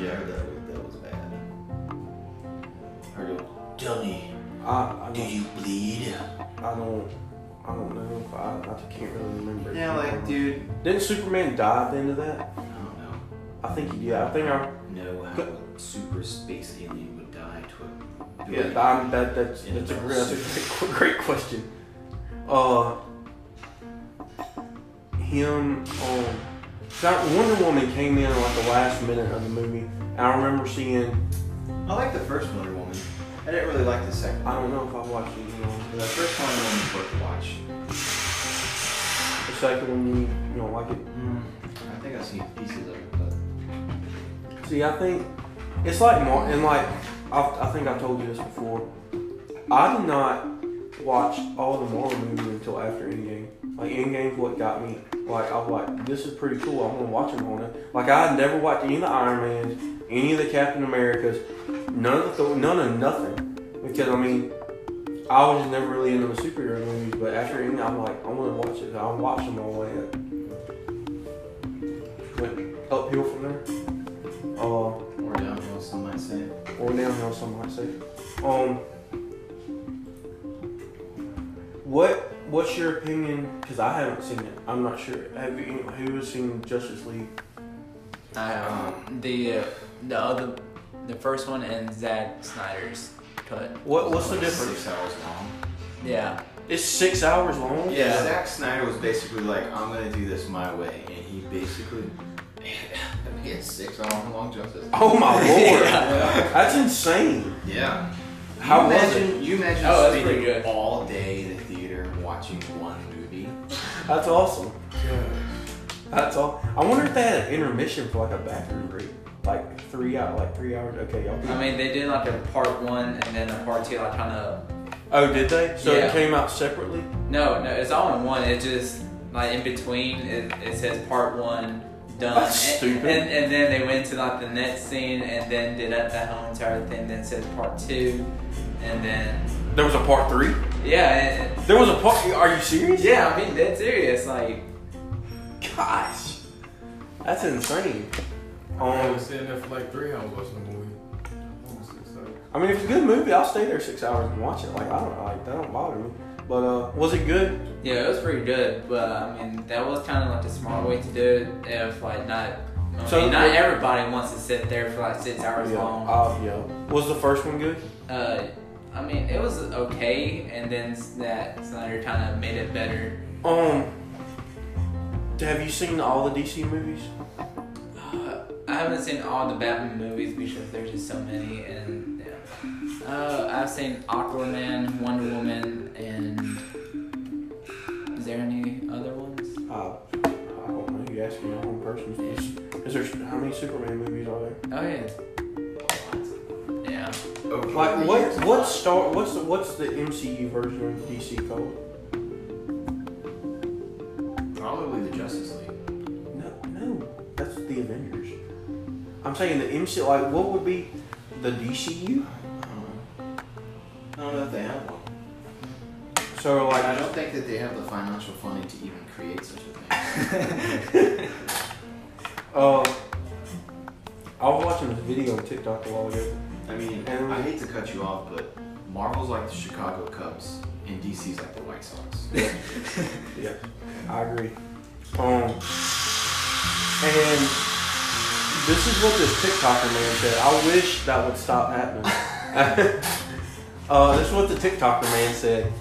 D: Yeah, that was, that was bad. Or go, tell me,
A: I I
D: do
A: don't
D: you bleed?
A: I don't, I don't know. If I I can't really remember.
D: Yeah, like dude.
A: Didn't Superman die at the end of that?
D: I don't know.
A: I think he did. I think I.
D: know how a super space alien would die to a
A: Yeah, I'm, that that's
D: Yeah,
A: that's a,
D: that
A: great, that's
D: was
A: a great, great question. Uh, him. Um, that Wonder Woman came in like the last minute of the movie. And I remember seeing.
D: I like the first Wonder Woman. I didn't really like the second.
A: I
D: one.
A: don't know if I watched it. You know,
D: The first Wonder Woman was worth a watch.
A: the second one you, you don't like it.
D: Hmm. I think I've seen pieces of it, but
A: See, I think it's like Mar- and like I've, I think I told you this before. I did not watch all the Marvel movies until after Endgame. Like Endgame's what got me. Like I was like, this is pretty cool. I want to watch them on it. Like I had never watched any of the Iron Mans, any of the Captain Americas, none of the Thor, none of nothing. Because I mean, I was never really into the superhero movies. But after Endgame, I'm like, I want to watch it. I'll watch them all the way up. Went uphill from there. Uh,
D: or downhill, some might say.
A: or downhill, some might say. Um, what what's your opinion? Because I haven't seen it. I'm not sure. Have you? Who has seen Justice League?
C: Um, the uh, the other the first one and Zack Snyder's cut.
A: What what's the
D: Like
A: difference?
D: Six hours long.
C: Yeah,
A: It's six hours long.
D: Yeah, Zack Snyder was basically like, I'm gonna do this my way, and he basically he had six hour long justice.
A: Oh my lord,
D: Yeah.
A: that's insane.
D: Yeah.
A: How
D: you
A: was
D: imagine, You imagine
C: Oh, that's pretty
D: spending
C: good.
D: all day in the theater watching one movie.
A: That's awesome. That's all. I wonder if they had an intermission for like a bathroom break, like three out, like three hours. Okay, y'all.
C: I mean they did like a part one and then a part two. Like kind of
A: oh, did they? So
C: Yeah.
A: it came out separately.
C: no no it's all in one. It just like in between it, it says part one done.
A: That's
C: and,
A: stupid.
C: And, and then they went to like the next scene and then did up that whole entire thing. Then says part two and then
A: There was a part three.
C: yeah. And,
A: There was a part. Are you serious?
C: Yeah, I mean dead serious. Like,
A: Gosh, that's insane.
B: I
A: Um,
B: was sitting there for like three hours watching the movie. Almost six hours.
A: I mean, if it's a good movie, I'll stay there six hours and watch it. Like, I don't like that. Don't bother me. But uh, was it good?
C: yeah, it was pretty good, but I mean that was kind of like the smart way to do it. If like not I
A: So-
C: mean, not everybody wants to sit there for like six hours
A: Yeah.
C: long.
A: Uh, yeah. Was the first one good?
C: Uh, I mean, it was okay, and then that Snyder kind of made it better.
A: Um, have you seen all the DC movies?
C: Uh, I haven't seen all the Batman movies because there's just so many, and yeah. Uh, I've seen Aquaman, Wonder Woman, and is there any other ones?
A: Uh, I don't know. You asking the wrong person. Is, is there how many Superman movies are there?
C: Oh yeah. Yeah.
D: Over
A: Like
D: the years,
A: what? What star? What's the what's the MCU version of DC called?
D: Probably the Justice League.
A: No, no, that's the Avengers. I'm saying the MCU. Like what would be the DCU?
D: I don't know. I don't know if they have one.
A: So
D: Like, I
A: like,
D: don't think that they have the financial funding to even create such a thing.
A: uh, I was watching this video on TikTok a while ago.
D: I mean,
A: And-
D: I hate to cut you off, but Marvel's like the Chicago Cubs, and DC's like the White Sox.
A: Yeah, I agree. Um, and this is what this TikToker man said. I wish that would stop happening. uh, this is what the TikToker man said.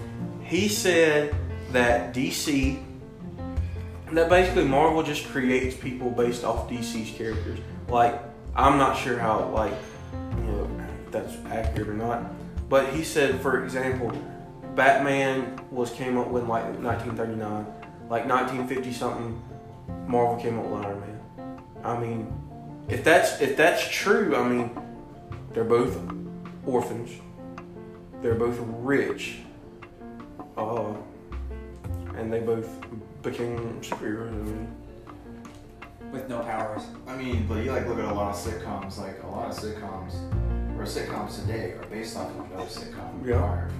A: He said that DC, that basically Marvel just creates people based off DC's characters. Like, I'm not sure how, like, you know, if that's accurate or not. But he said, for example, Batman was came up with like 1939, like 1950 something. Marvel came up with Iron Man. I mean, if that's if that's true, I mean, they're both orphans. They're both rich. Uh, and they both became superheroes. I mean,
C: With no powers.
D: I mean, but you like look at a lot of sitcoms, like a lot of sitcoms, or sitcoms today are based off of another sitcom.
A: Yeah.
D: prior.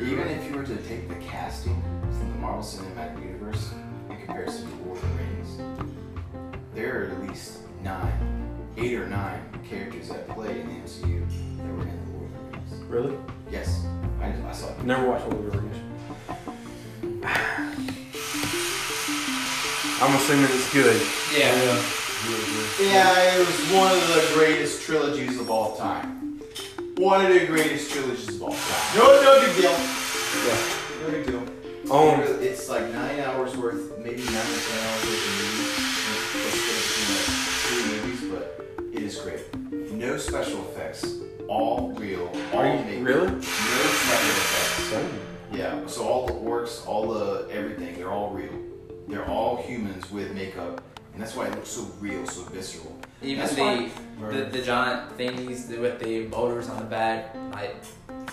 D: Even if you were to take the casting from the Marvel Cinematic Universe in comparison to Lord of the Rings, there are at least nine, eight or nine characters that play in the MCU that were in the Lord of the Rings.
A: really?
D: Yes, I, I saw it.
A: Never watched Lord of the Rings. I'm assuming it's good.
C: Yeah.
D: Yeah, it was one of the greatest trilogies of all time. One of the greatest trilogies of all time. No, no big deal.
A: Yeah.
D: No big deal.
A: Um,
D: It's like nine hours worth, maybe nine or ten hours worth of movies. Three movies, but it is great. No special effects. All real. All
A: Are you
D: made.
A: really?
D: No special effects.
A: Same.
D: Yeah. So all the orcs, all the everything, they're all real. They're all humans with makeup, and that's why it looks so real, so visceral.
C: Even
D: That's
C: the,
D: fine.
C: the the giant thingies with the boulders on the back, like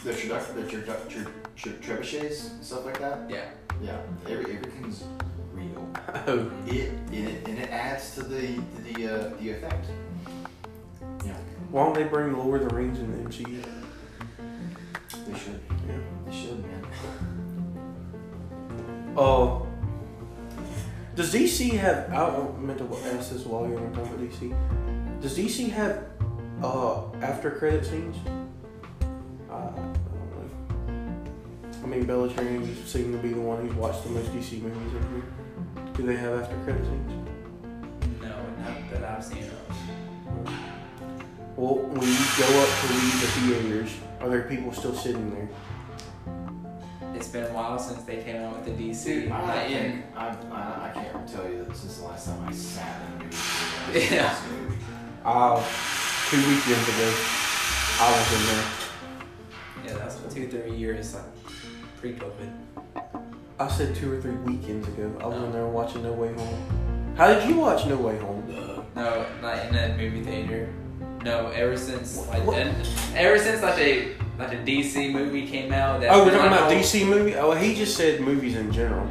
D: The traduc- the traduc- tr- tr- trebuchets, and stuff like that.
C: yeah.
D: Yeah. Every, everything's real.
A: Oh.
D: It, and it and it adds to the the uh, the effect. Yeah,
A: Why don't they bring Lord of the Rings in the MCU?
D: they should.
A: Yeah.
D: They should, man.
A: Uh, does DC have? I meant to ask this while you were talking about DC. Does DC have uh after credit scenes? Uh, I don't know. I mean, Bellatrix seemed to be the one who's watched the most DC movies over here. Do they have after credit scenes?
C: No, not that I've seen of.
A: Well, when you go up to leave the theaters, are there people still sitting there?
C: It's been a while since they came out with the DC.
D: Dude, I,
C: Like,
D: can't,
C: and-
D: I, I, I can't tell you that since the last time I sat in a movie. theater.
C: Yeah.
A: Uh, two weekends ago, I was in there.
C: yeah, that's two three years like pre-COVID.
A: I said two or three weekends ago. I was
C: Oh.
A: in there watching No Way Home. How did you watch No Way Home?
C: No, not in a movie theater. No, ever since like
A: What?
C: then- ever since like a like a DC movie came out. That's
A: oh, we're
C: been,
A: talking
C: like,
A: about
C: all-
A: DC movie. Oh, he just said movies in general.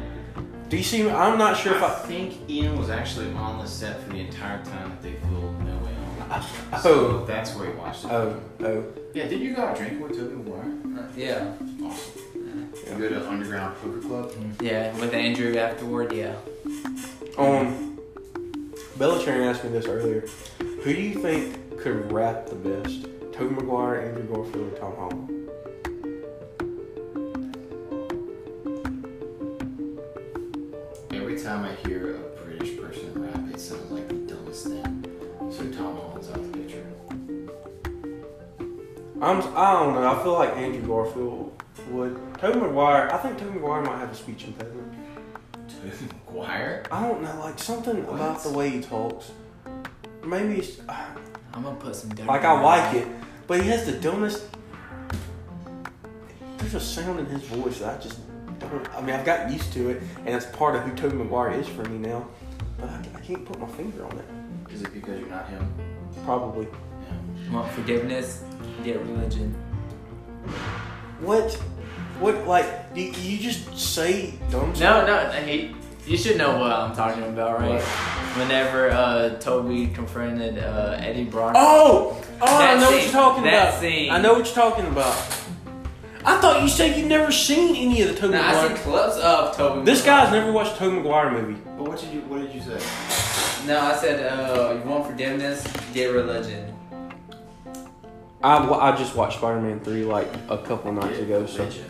A: DC. I'm not sure if
D: I
A: I.
D: think Ian was actually on the set for the entire time that they filmed No Way Home.
A: So
D: So that's where he watched it.
A: Oh, oh.
D: Yeah, did you go out drinking with Toby
C: Uh,
D: Maguire?
C: yeah,
D: Awesome. You go to Underground Poker Club?
C: yeah, with Andrew afterward. Yeah,
A: Um, Bellatrix asked me this earlier. Who do you think could rap the best? Tobey Maguire, Andrew Garfield, or Tom Holland?
D: Every time I hear a British person rap, it sounds like the dumbest thing.
A: I'm, I don't know. I feel like Andrew Garfield would. Tobey Maguire. I think Tobey Maguire might have a speech impediment.
D: Choir?
A: I don't know. Like something about
D: What?
A: the way he talks. Maybe it's
C: I'm gonna put some. dirt
A: like
C: on
A: I
C: my
A: like it,
C: mouth.
A: but he has the dumbest. There's a sound in his voice that I just don't. I mean, I've got used to it, and it's part of who Tobey Maguire is for me now. But I, I can't put my finger on it.
D: Is it because you're not him?
A: Probably.
D: Yeah.
C: Want forgiveness? Get religion.
A: What? What? Like, do you just say dumb stuff?
C: No, no, he. You should know what I'm talking about, right? Whenever uh, Toby confronted uh, Eddie Brock.
A: Oh, oh, I
C: That
A: know what
C: scene.
A: you're talking
C: That
A: about.
C: scene.
A: I know what you're talking about. I thought you said you'd never seen any of the Tobey
C: Now, I see
A: Maguire.
C: clips of Toby.
A: This
C: Maguire.
A: guy's never watched a Tobey Maguire movie.
D: But what did you what did you say?
C: No, I said, uh, you want forgiveness? Get religion.
A: I, wa- I just watched Spider Man three like a couple nights ago. So Uh,
D: religion.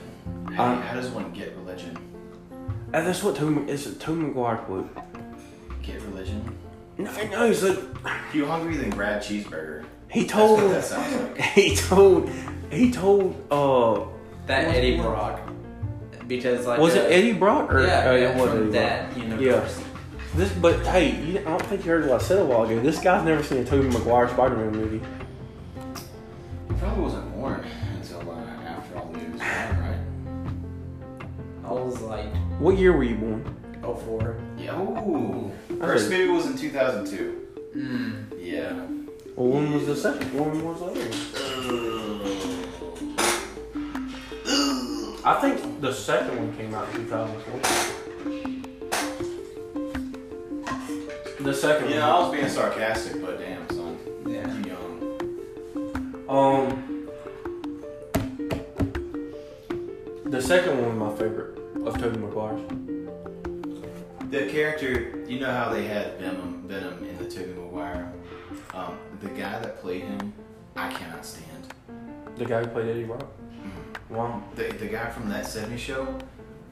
A: I-
D: How, how does one get religion?
A: And that's what Tobey. It's a Tobey Maguire quote.
D: Get religion?
A: No, no, he's like
D: If you hungry, then grab cheeseburger.
A: he
D: That's
A: told.
D: what that sounds like.
A: he told. He told. Uh,
C: That
A: What-
C: Eddie
A: what-
C: Brock. Because, like.
A: was
C: uh,
A: it Eddie Brock or
C: yeah,
A: oh,
C: yeah,
A: it wasn't
C: from
A: Eddie Brock.
C: that universe.
A: This, but hey, you, I don't think you heard what I said a while ago. This guy's never seen a Tobey Maguire Spider Man movie.
D: He probably wasn't born until uh, after all the news was born,
C: I was like,
A: What year were you born?
C: oh four.
D: right? Yeah. Ooh.
A: I
D: First
A: heard-
D: movie was in 2002.
C: Mm.
D: Yeah.
A: Well, when was the second? When was the other one? I think the second one came out in 2004. The second
D: You know, I was being sarcastic, but damn, son.
C: Yeah.
D: You young.
A: Um, the second one was my favorite of Tobey Maguire's.
D: The character, you know how they had Venom, Venom in the Tobey Maguire. Um, the guy that played him, I cannot stand. Mm.
A: The guy who played Eddie Brock. Wow.
D: The, the guy from that 70s show,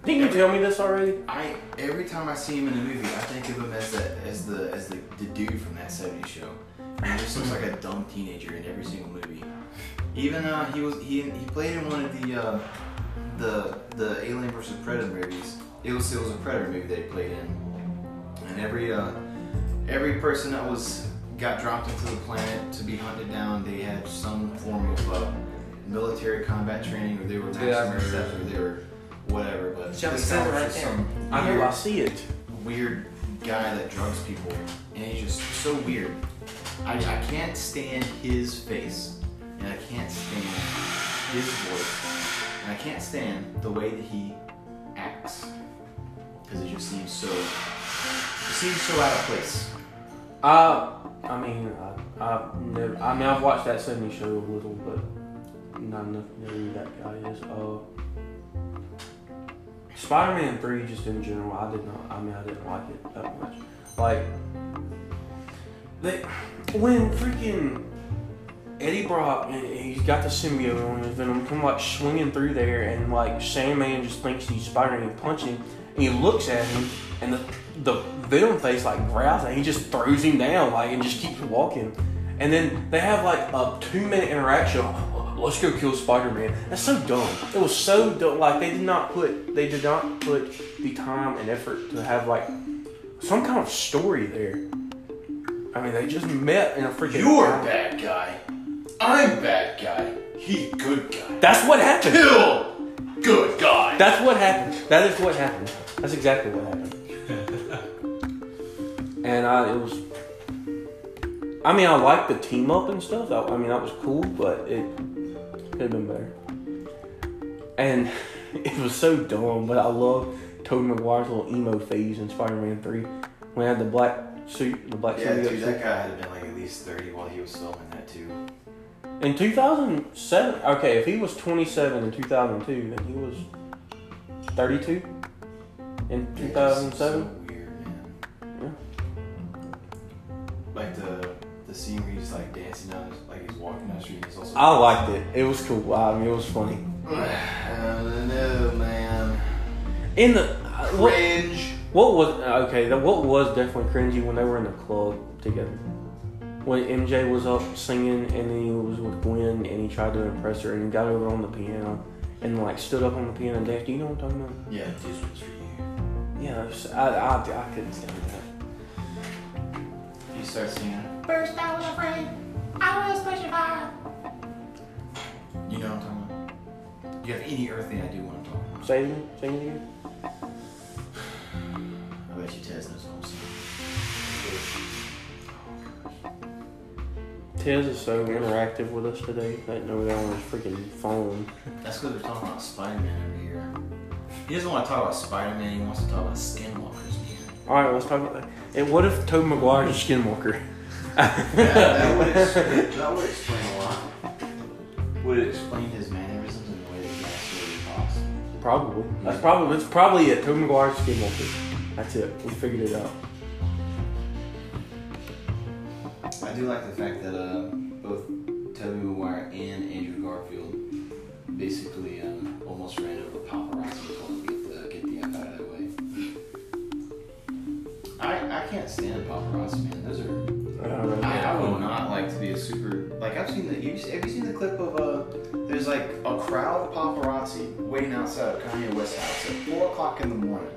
A: Didn't you tell me this already?
D: I every time I see him in a movie, I think of him as the as the as the, the dude from that '70s show. And he just looks like a dumb teenager in every single movie. Even uh, he was he he played in one of the uh, the the Alien versus Predator movies. It was it was a Predator movie that he played in, and every uh, every person that was got dropped into the planet to be hunted down, they had some form of uh, military combat training, or they were
C: Dude, I remember
D: mercenaries,
C: that.
D: or they were whatever. But
C: Shall we
D: this
C: set
D: guy
C: it
D: was
C: right
D: just
C: there?
D: some
A: I know. I
D: weird-
A: see it.
D: weird guy that drugs people, and he's just so weird. I, I can't stand his face, and I can't stand his voice, and I can't stand the way that he acts because it just seems so. It seems so out of place.
A: Uh, I mean, I, I've never. I mean, I've watched that '70s show a little, but not enough to know who that guy is. Uh, Spider-Man Three, just in general, I did not. I mean, I didn't like it that much. Like, they when freaking Eddie Brock, and he's got the symbiote on his venom, come like swinging through there, and like Sandman just thinks he's Spider-Man punching, and he looks at him, and the the venom face like growls, and he just throws him down, like, and just keeps walking. And then they have like a two-minute interaction. Let's go kill Spider-Man. That's so dumb. It was so dumb. Like they did not put they did not put the time and effort to have like some kind of story there. I mean, they just met in a freaking.
D: bad guy. I'm bad guy. He good guy.
A: That's what happened.
D: Bill, good guy.
A: That's what happened. That is what happened. That's exactly what happened. and I, it was. I mean, I liked the team up and stuff. I, I mean, that was cool, but it could have been better. And it was so dumb, but I love Tobey Maguire's little emo phase in Spider-Man Three when he had the black suit, the black
D: yeah,
A: symbiote
D: dude,
A: suit.
D: that guy had been like at least thirty while he was filming that too.
A: In 2007, okay, if he was 27 in 2002, then he was 32 in
D: Yeah, it's
A: 2007.
D: So weird, man. Like the the scene where he's like dancing down, his, like he's walking down the street. And he's also.
A: I liked it. It was cool. I mean, it was funny.
D: I don't know, man.
A: In the uh, what,
D: Cringe.
A: what was okay? the- What was definitely cringy when they were in the club together. when MJ was up singing and then he was with Gwen and he tried to impress her and he got over on the piano and like stood up on the piano and danced. Do you know what I'm talking about?
D: Yeah, this one's for you.
A: Yeah, it's- I, I, I couldn't stand that.
D: You start singing.
E: First I was afraid, I was pushing by.
D: You know what I'm talking about. Do you have any earthly idea what I'm talking about?
A: Say it, again, sing it again.
D: I bet you Tez knows what I'm saying.
A: Tez is so interactive with us today. He doesn't know that on his freaking phone.
D: That's because we're talking about Spider-Man every year. He doesn't want to talk about Spider-Man. He wants to talk about Skinwalkers, man.
A: All right, let's talk about that. And what if Tobey Maguire's a skinwalker?
D: that, would explain, that would explain a lot. Would it explain his mannerisms and the way that he actually talks?
A: Probably. That's probably that's probably it. Tobey Maguire's a skinwalker. That's it. We figured it out.
D: I do like the fact that uh, both Tobey Maguire and Andrew Garfield basically um, almost ran over paparazzi trying to get the, get the F out of their way. I, I can't stand paparazzi, man. Those are
A: I don't know.
D: I, I would not like to be a super like I've seen the you have you seen the clip of uh there's like a crowd of paparazzi waiting outside of Kanye West's house at four o'clock in the morning.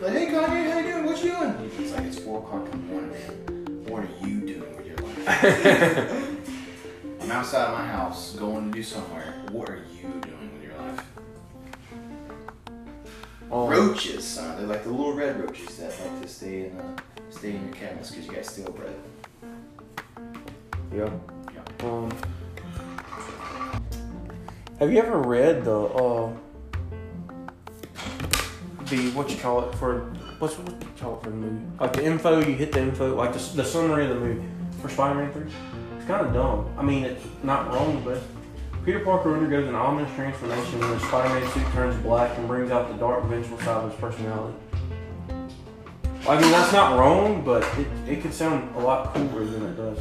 D: Like, hey Kanye, how you doing? What you doing? It's like it's four o'clock in the morning, man. What are you doing with your life? I'm outside of my house going to do somewhere. What are you doing with your life?
A: Um,
D: Roaches, son. They're like the little red roaches that like to stay in uh, stay in your cabinets because you guys steal bread.
A: Yeah. Um, have you ever read the uh, the what you call it for what's what you call it for the movie? Like the info you hit the info like the, s- the summary of the movie for Spider-Man Three. It's kind of dumb. I mean, it's not wrong, but Peter Parker undergoes an ominous transformation when his Spider-Man suit turns black and brings out the dark, vengeful side of his personality. I mean, that's not wrong, but it, it could sound a lot cooler than it does.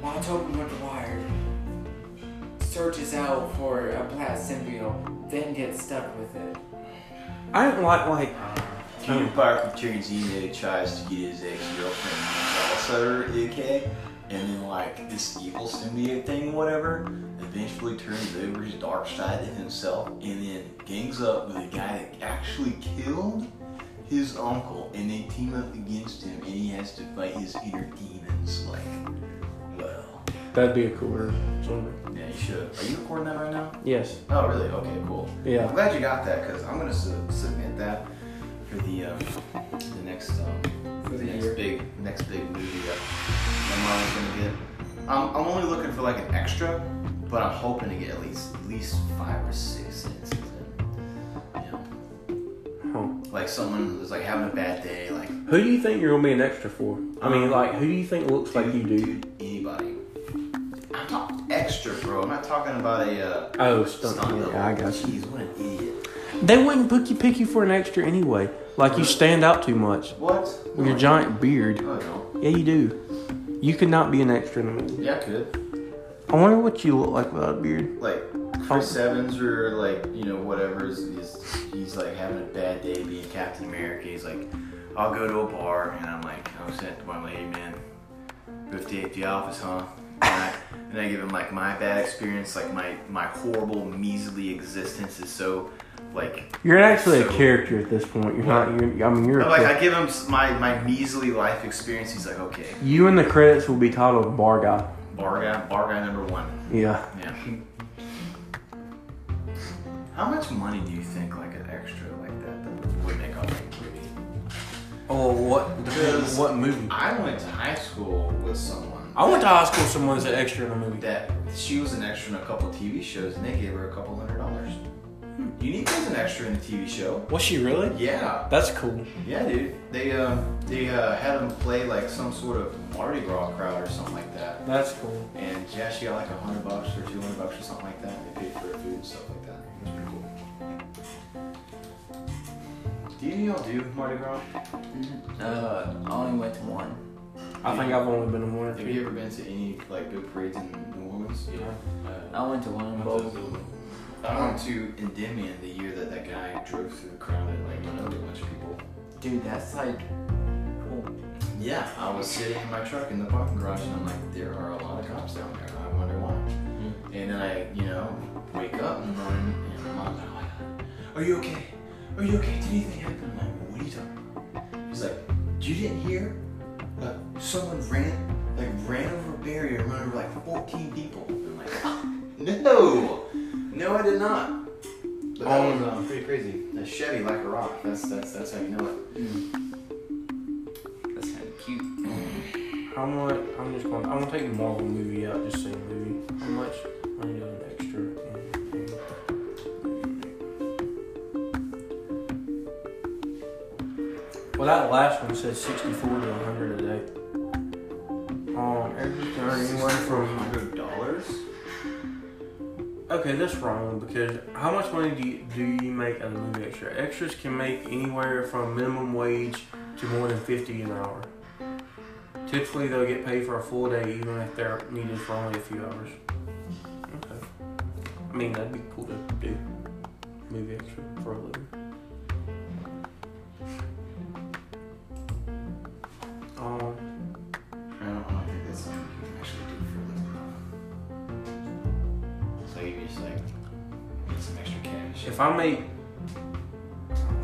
C: While Tobey Maguire searches out for a blast symbiote, then gets stuck with it.
A: I don't like like
D: Peter Parker turns emo, tries to get his ex-girlfriend, who's also UK, and then like this evil symbiote thing, whatever, eventually turns over his dark side to himself, and then gangs up with the guy that actually killed his uncle, and they team up against him, and he has to fight his inner demons. Like, well,
A: that'd be a cooler
D: yeah, you should. Are you recording that right now?
A: Yes.
D: Oh, really? Okay, cool.
A: Yeah.
D: I'm glad you got that because I'm gonna su- submit that for the um, the next um,
C: For the
D: next
C: year.
D: big next big movie that my mom's gonna get. I'm, I'm only looking for like an extra, but I'm hoping to get at least at least five or six sentences in. You know,
A: Huh.
D: like someone who's like having a bad day, like
A: Who do you think you're gonna be an extra for? I mean, like, who do you think looks like you do?
D: dude, anybody. I'm not extra, bro. I'm not talking about a uh,
A: Oh, stunt.
D: double.
A: Yeah, I got you.
D: Jeez, what an idiot.
A: They wouldn't pick you, pick you for an extra anyway. Like you stand out too much
D: What?
A: with your giant beard.
D: Oh, no.
A: Yeah, you do. You could not be an extra in a movie.
D: Yeah, I could.
A: I wonder what you look like without a beard.
D: Like Chris Evans or like you know whatever is, is he's like having a bad day being Captain America. He's like, I'll go to a bar and I'm like, I'm sent to one lady, man. 58 the office, huh? And I, and I give him like my bad experience, like my my horrible measly existence is so like
A: You're actually a
D: so-
A: character at this point. You're not. You're, Oh, I mean, you're. A
D: Like
A: character.
D: I give him s- my my measly life experience. He's like, okay,
A: you in the credits will be titled Bar Guy.
D: bar guy, bar guy number one.
A: Yeah.
D: Yeah. How much money do you think like an extra like that that would make off a movie?
A: Oh, what?
D: depends on what
A: movie?
D: I went to high school with someone
A: I went to high school. Someone's an extra in a movie.
D: that she was an extra in a couple TV shows and they gave her a couple hundred dollars. Unique was an extra in a TV show.
A: Was she really?
D: Yeah,
A: That's cool.
D: yeah, dude. They um they uh, had them play like some sort of Mardi Gras crowd or something like that.
A: That's cool.
D: And yeah, she got like a hundred bucks or two hundred bucks or something like that. And they paid for her food and stuff like that. It was pretty cool. Do you all do Mardi Gras?
C: Uh, I only went to one.
A: I think I've only been in one or
D: Have
A: two.
D: you ever been to any like big parades in New Orleans?
C: I went to one in both.
D: I went to Endymion the year that that guy drove through the crowd and like went over a bunch of people.
C: Dude, that's like cool.
D: Yeah, I was sitting in my truck in the parking garage, and I'm like, there are a lot of cops down there. I wonder why. And then I, you know, wake up in the morning, and my mom's like, oh my God, are you okay? Are you okay? Did anything happen? I'm like, what are you talking about? He's like, you didn't hear? Uh, someone ran, like, ran over a barrier and ran over like 14 people. I'm like, no, no, I did not. But that
A: Um,
D: was uh, pretty crazy. That Chevy like a rock. That's that's that's how you know it.
C: That's kind of cute.
A: How much? I'm just going. to I'm gonna take a Marvel movie out. Just say movie. How much? I need an extra. and- Well, that last one said 64 to 100 a day. Um, everything anywhere from
D: hundred dollars.
A: Okay, that's wrong because how much money do you, do you make as a movie extra? Extras can make anywhere from minimum wage to more than fifty an hour. Typically, they'll get paid for a full day, even if they're needed for only a few hours. Okay, I mean that'd be cool to do movie extra for a living. Um,
D: I don't, I don't think that's something you can actually do for a living. So you just like get some extra cash.
A: if I make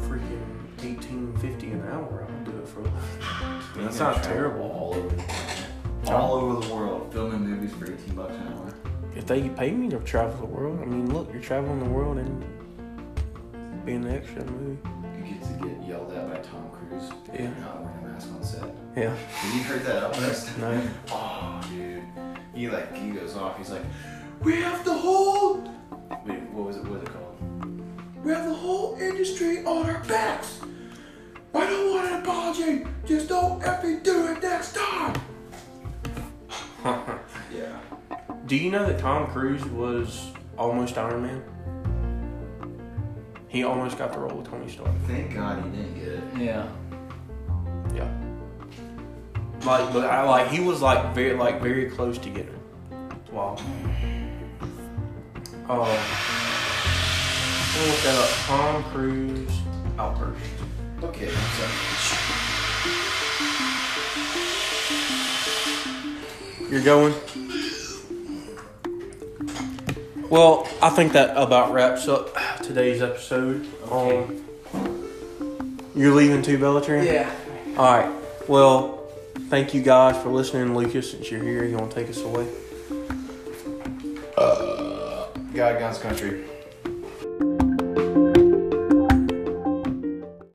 A: freaking eighteen fifty an hour, I'll do it for a living.
D: We
A: That's
D: can
A: not
D: travel
A: terrible.
D: All over the planet. All over the world, filming movies for 18 bucks an hour.
A: if they pay me to travel the world, I mean, look, you're traveling the world and being an extra in a movie.
D: You get to get yelled at by Tom Cruise.
A: Yeah.
D: and Not wearing a mask on set.
A: Yeah.
D: Have you heard that outburst?
A: No.
D: Oh, dude. He like he goes off. He's like, we have the whole. Wait, what was it? What was it called? We have the whole industry on our backs. I don't want an apology. Just don't effing do it next time. yeah.
A: Do you know that Tom Cruise was almost Iron Man? He almost got the role with Tony Stark.
D: Thank God he didn't get it.
C: Yeah.
A: Yeah. Like, but I like he was like very like very close to getting. it. Wow. Um, I'm gonna look that up. Tom Cruise outburst.
D: Okay. I'm
A: You're going? Well, I think that about wraps up today's episode. Um, you're leaving too, Bellatrix?
C: Yeah.
A: All right. Well, thank you guys for listening, Lucas. Since you're here, you want to take us away?
D: sorry. God, Guns Country.